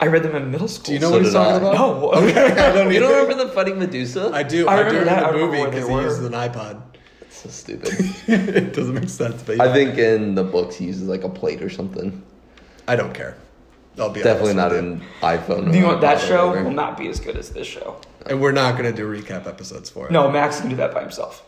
I read them in middle school. Do you know So what he's did talking I. about? No. I don't You either. don't remember the fighting Medusa? I do. I I, remember do remember that. I the remember movie where they because he were. uses an iPod. It's so stupid. it doesn't make sense, but I think in the books he uses like a plate or something. I don't care. I'll be Definitely honest not with you. an iPhone. or Do you want that iPod or show? whatever. Will not be as good as this show. And we're not going to do recap episodes for it. No, Max can do that by himself.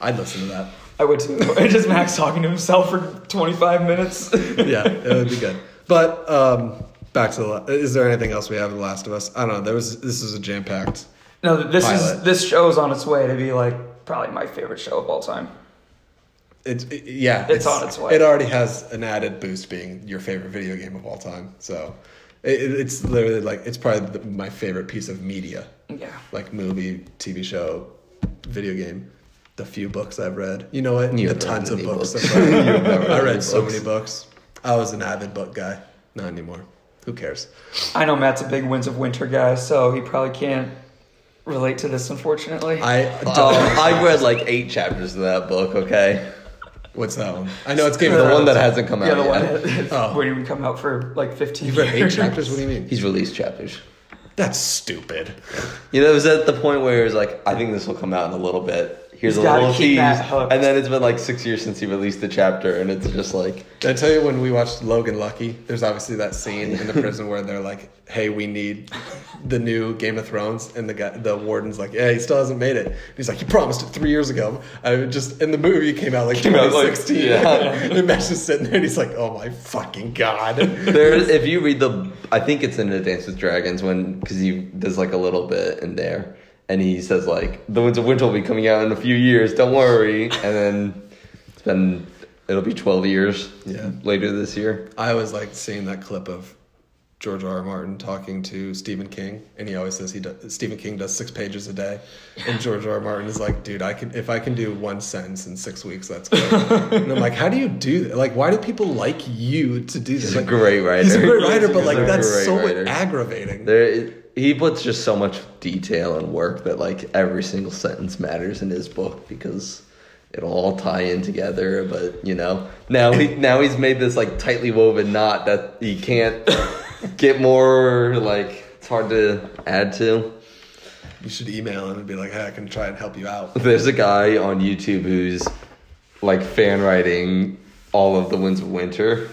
I'd listen to that. I would too. Just Max talking to himself for 25 minutes. Yeah, it would be good. But um, back to the. la- Is there anything else we have in The Last of Us? I don't know. There was. This is a jam packed. no, this Pilot. is this show is on its way to be like probably my favorite show of all time. It, it- yeah, It's on its way. It already has an added boost being your favorite video game of all time. So it, it- it's literally like it's probably the, my favorite piece of media, Yeah. like movie, TV show, video game. the few books I've read. You know what? You the haven't read tons of any books. books. I've read. You haven't read I read any so books. many books. I was an avid book guy. Not anymore. Who cares? I know Matt's a big Winds of Winter guy, so he probably can't relate to this, unfortunately. I Um, I've read like eight chapters of that book. Okay, what's that one? I know it's Game of the one that Thrones. hasn't come the out other one yet. Oh. when he would come out for like 15 You've read eight years. chapters. What do you mean? He's released chapters. That's stupid. You know, it was at the point where it was like, I think this will come out in a little bit. Here's He's a gotta little keep tease, that hooked. and then it's been like six years since he released the chapter, and it's just like, Did I tell you when we watched Logan Lucky? There's obviously that scene in the prison where they're like, "Hey, we need the new Game of Thrones," and the guy, the warden's like, "Yeah, he still hasn't made it." And he's like, "You promised it three years ago." I would just and the movie came out like Came out, like, 2016. yeah. and Matt's just sitting there, and he's like, "Oh my fucking god!" there. If you read the, I think it's in the Dance with Dragons when because he does like a little bit in there, and he says like, the Winds of Winter will be coming out in a few years. Don't worry, and then it's been. It'll be 12 years Yeah. later this year. I always like seeing that clip of George R. R. Martin talking to Stephen King, and he always says he does, Stephen King does six pages a day, and George R. R. Martin is like, "Dude, I can if I can do one sentence in six weeks, that's good." and I'm like, "How do you do that? Like, why do people like you to do this?" He's like, a great writer. He's a great writer, He's but like a that's great so writer. aggravating. There, is- he puts just so much detail and work that like every single sentence matters in his book because it'll all tie in together. But you know, now he now he's made this like tightly woven knot that he can't get more like it's hard to add to. you should email him and be like, "Hey, I can try and help you out." There's a guy on YouTube who's like fan writing all of the Winds of Winter,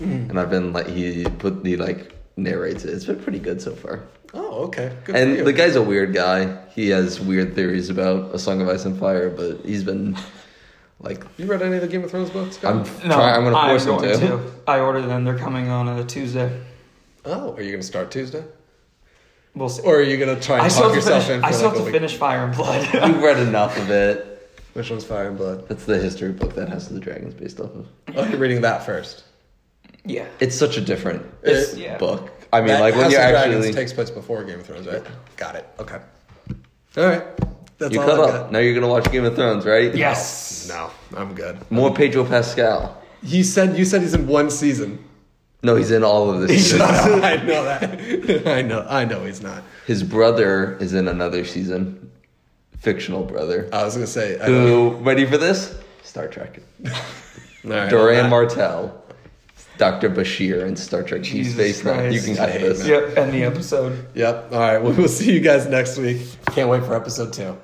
and I've been like he put he like narrates it. It's been pretty good so far. Oh, okay. Good for you. And the guy's a weird guy. He has weird theories about A Song of Ice and Fire, but he's been like, you read any of the Game of Thrones books? Kyle? I'm trying. I'm gonna force him to. I ordered them. They're coming on a Tuesday. oh, are you gonna start Tuesday, We'll see. or are you gonna try and I still talk have to yourself finish, in for I still like have a to week? finish Fire and Blood. You've read enough of it. Which one's Fire and Blood? That's the history book that House of the Dragons based off of. Oh, you're reading that first. yeah. It's such a different It's- yeah. book. I mean, That like when House you of Dragons actually takes place before Game of Thrones, right? Got it. Okay. All right. That's you all cut I up. got. Now you're gonna watch Game of Thrones, right? Yes. No, Oh, I'm good. More Pedro Pascal. You said you said he's in one season. No, he's in all of this. Shut up. I know that. I know. I know he's not. His brother is in another season. Fictional brother. Uh, I was gonna say. I don't- Who? Ready for this? Star Trek. All right, Duran I'm not- Martel, Dr. Bashir, and Star Trek Deep Jesus Space Nine. Christ. You can I cut hate this. that. Yep. End the episode. Yep. All right. Well, we'll see you guys next week. Can't wait for episode two.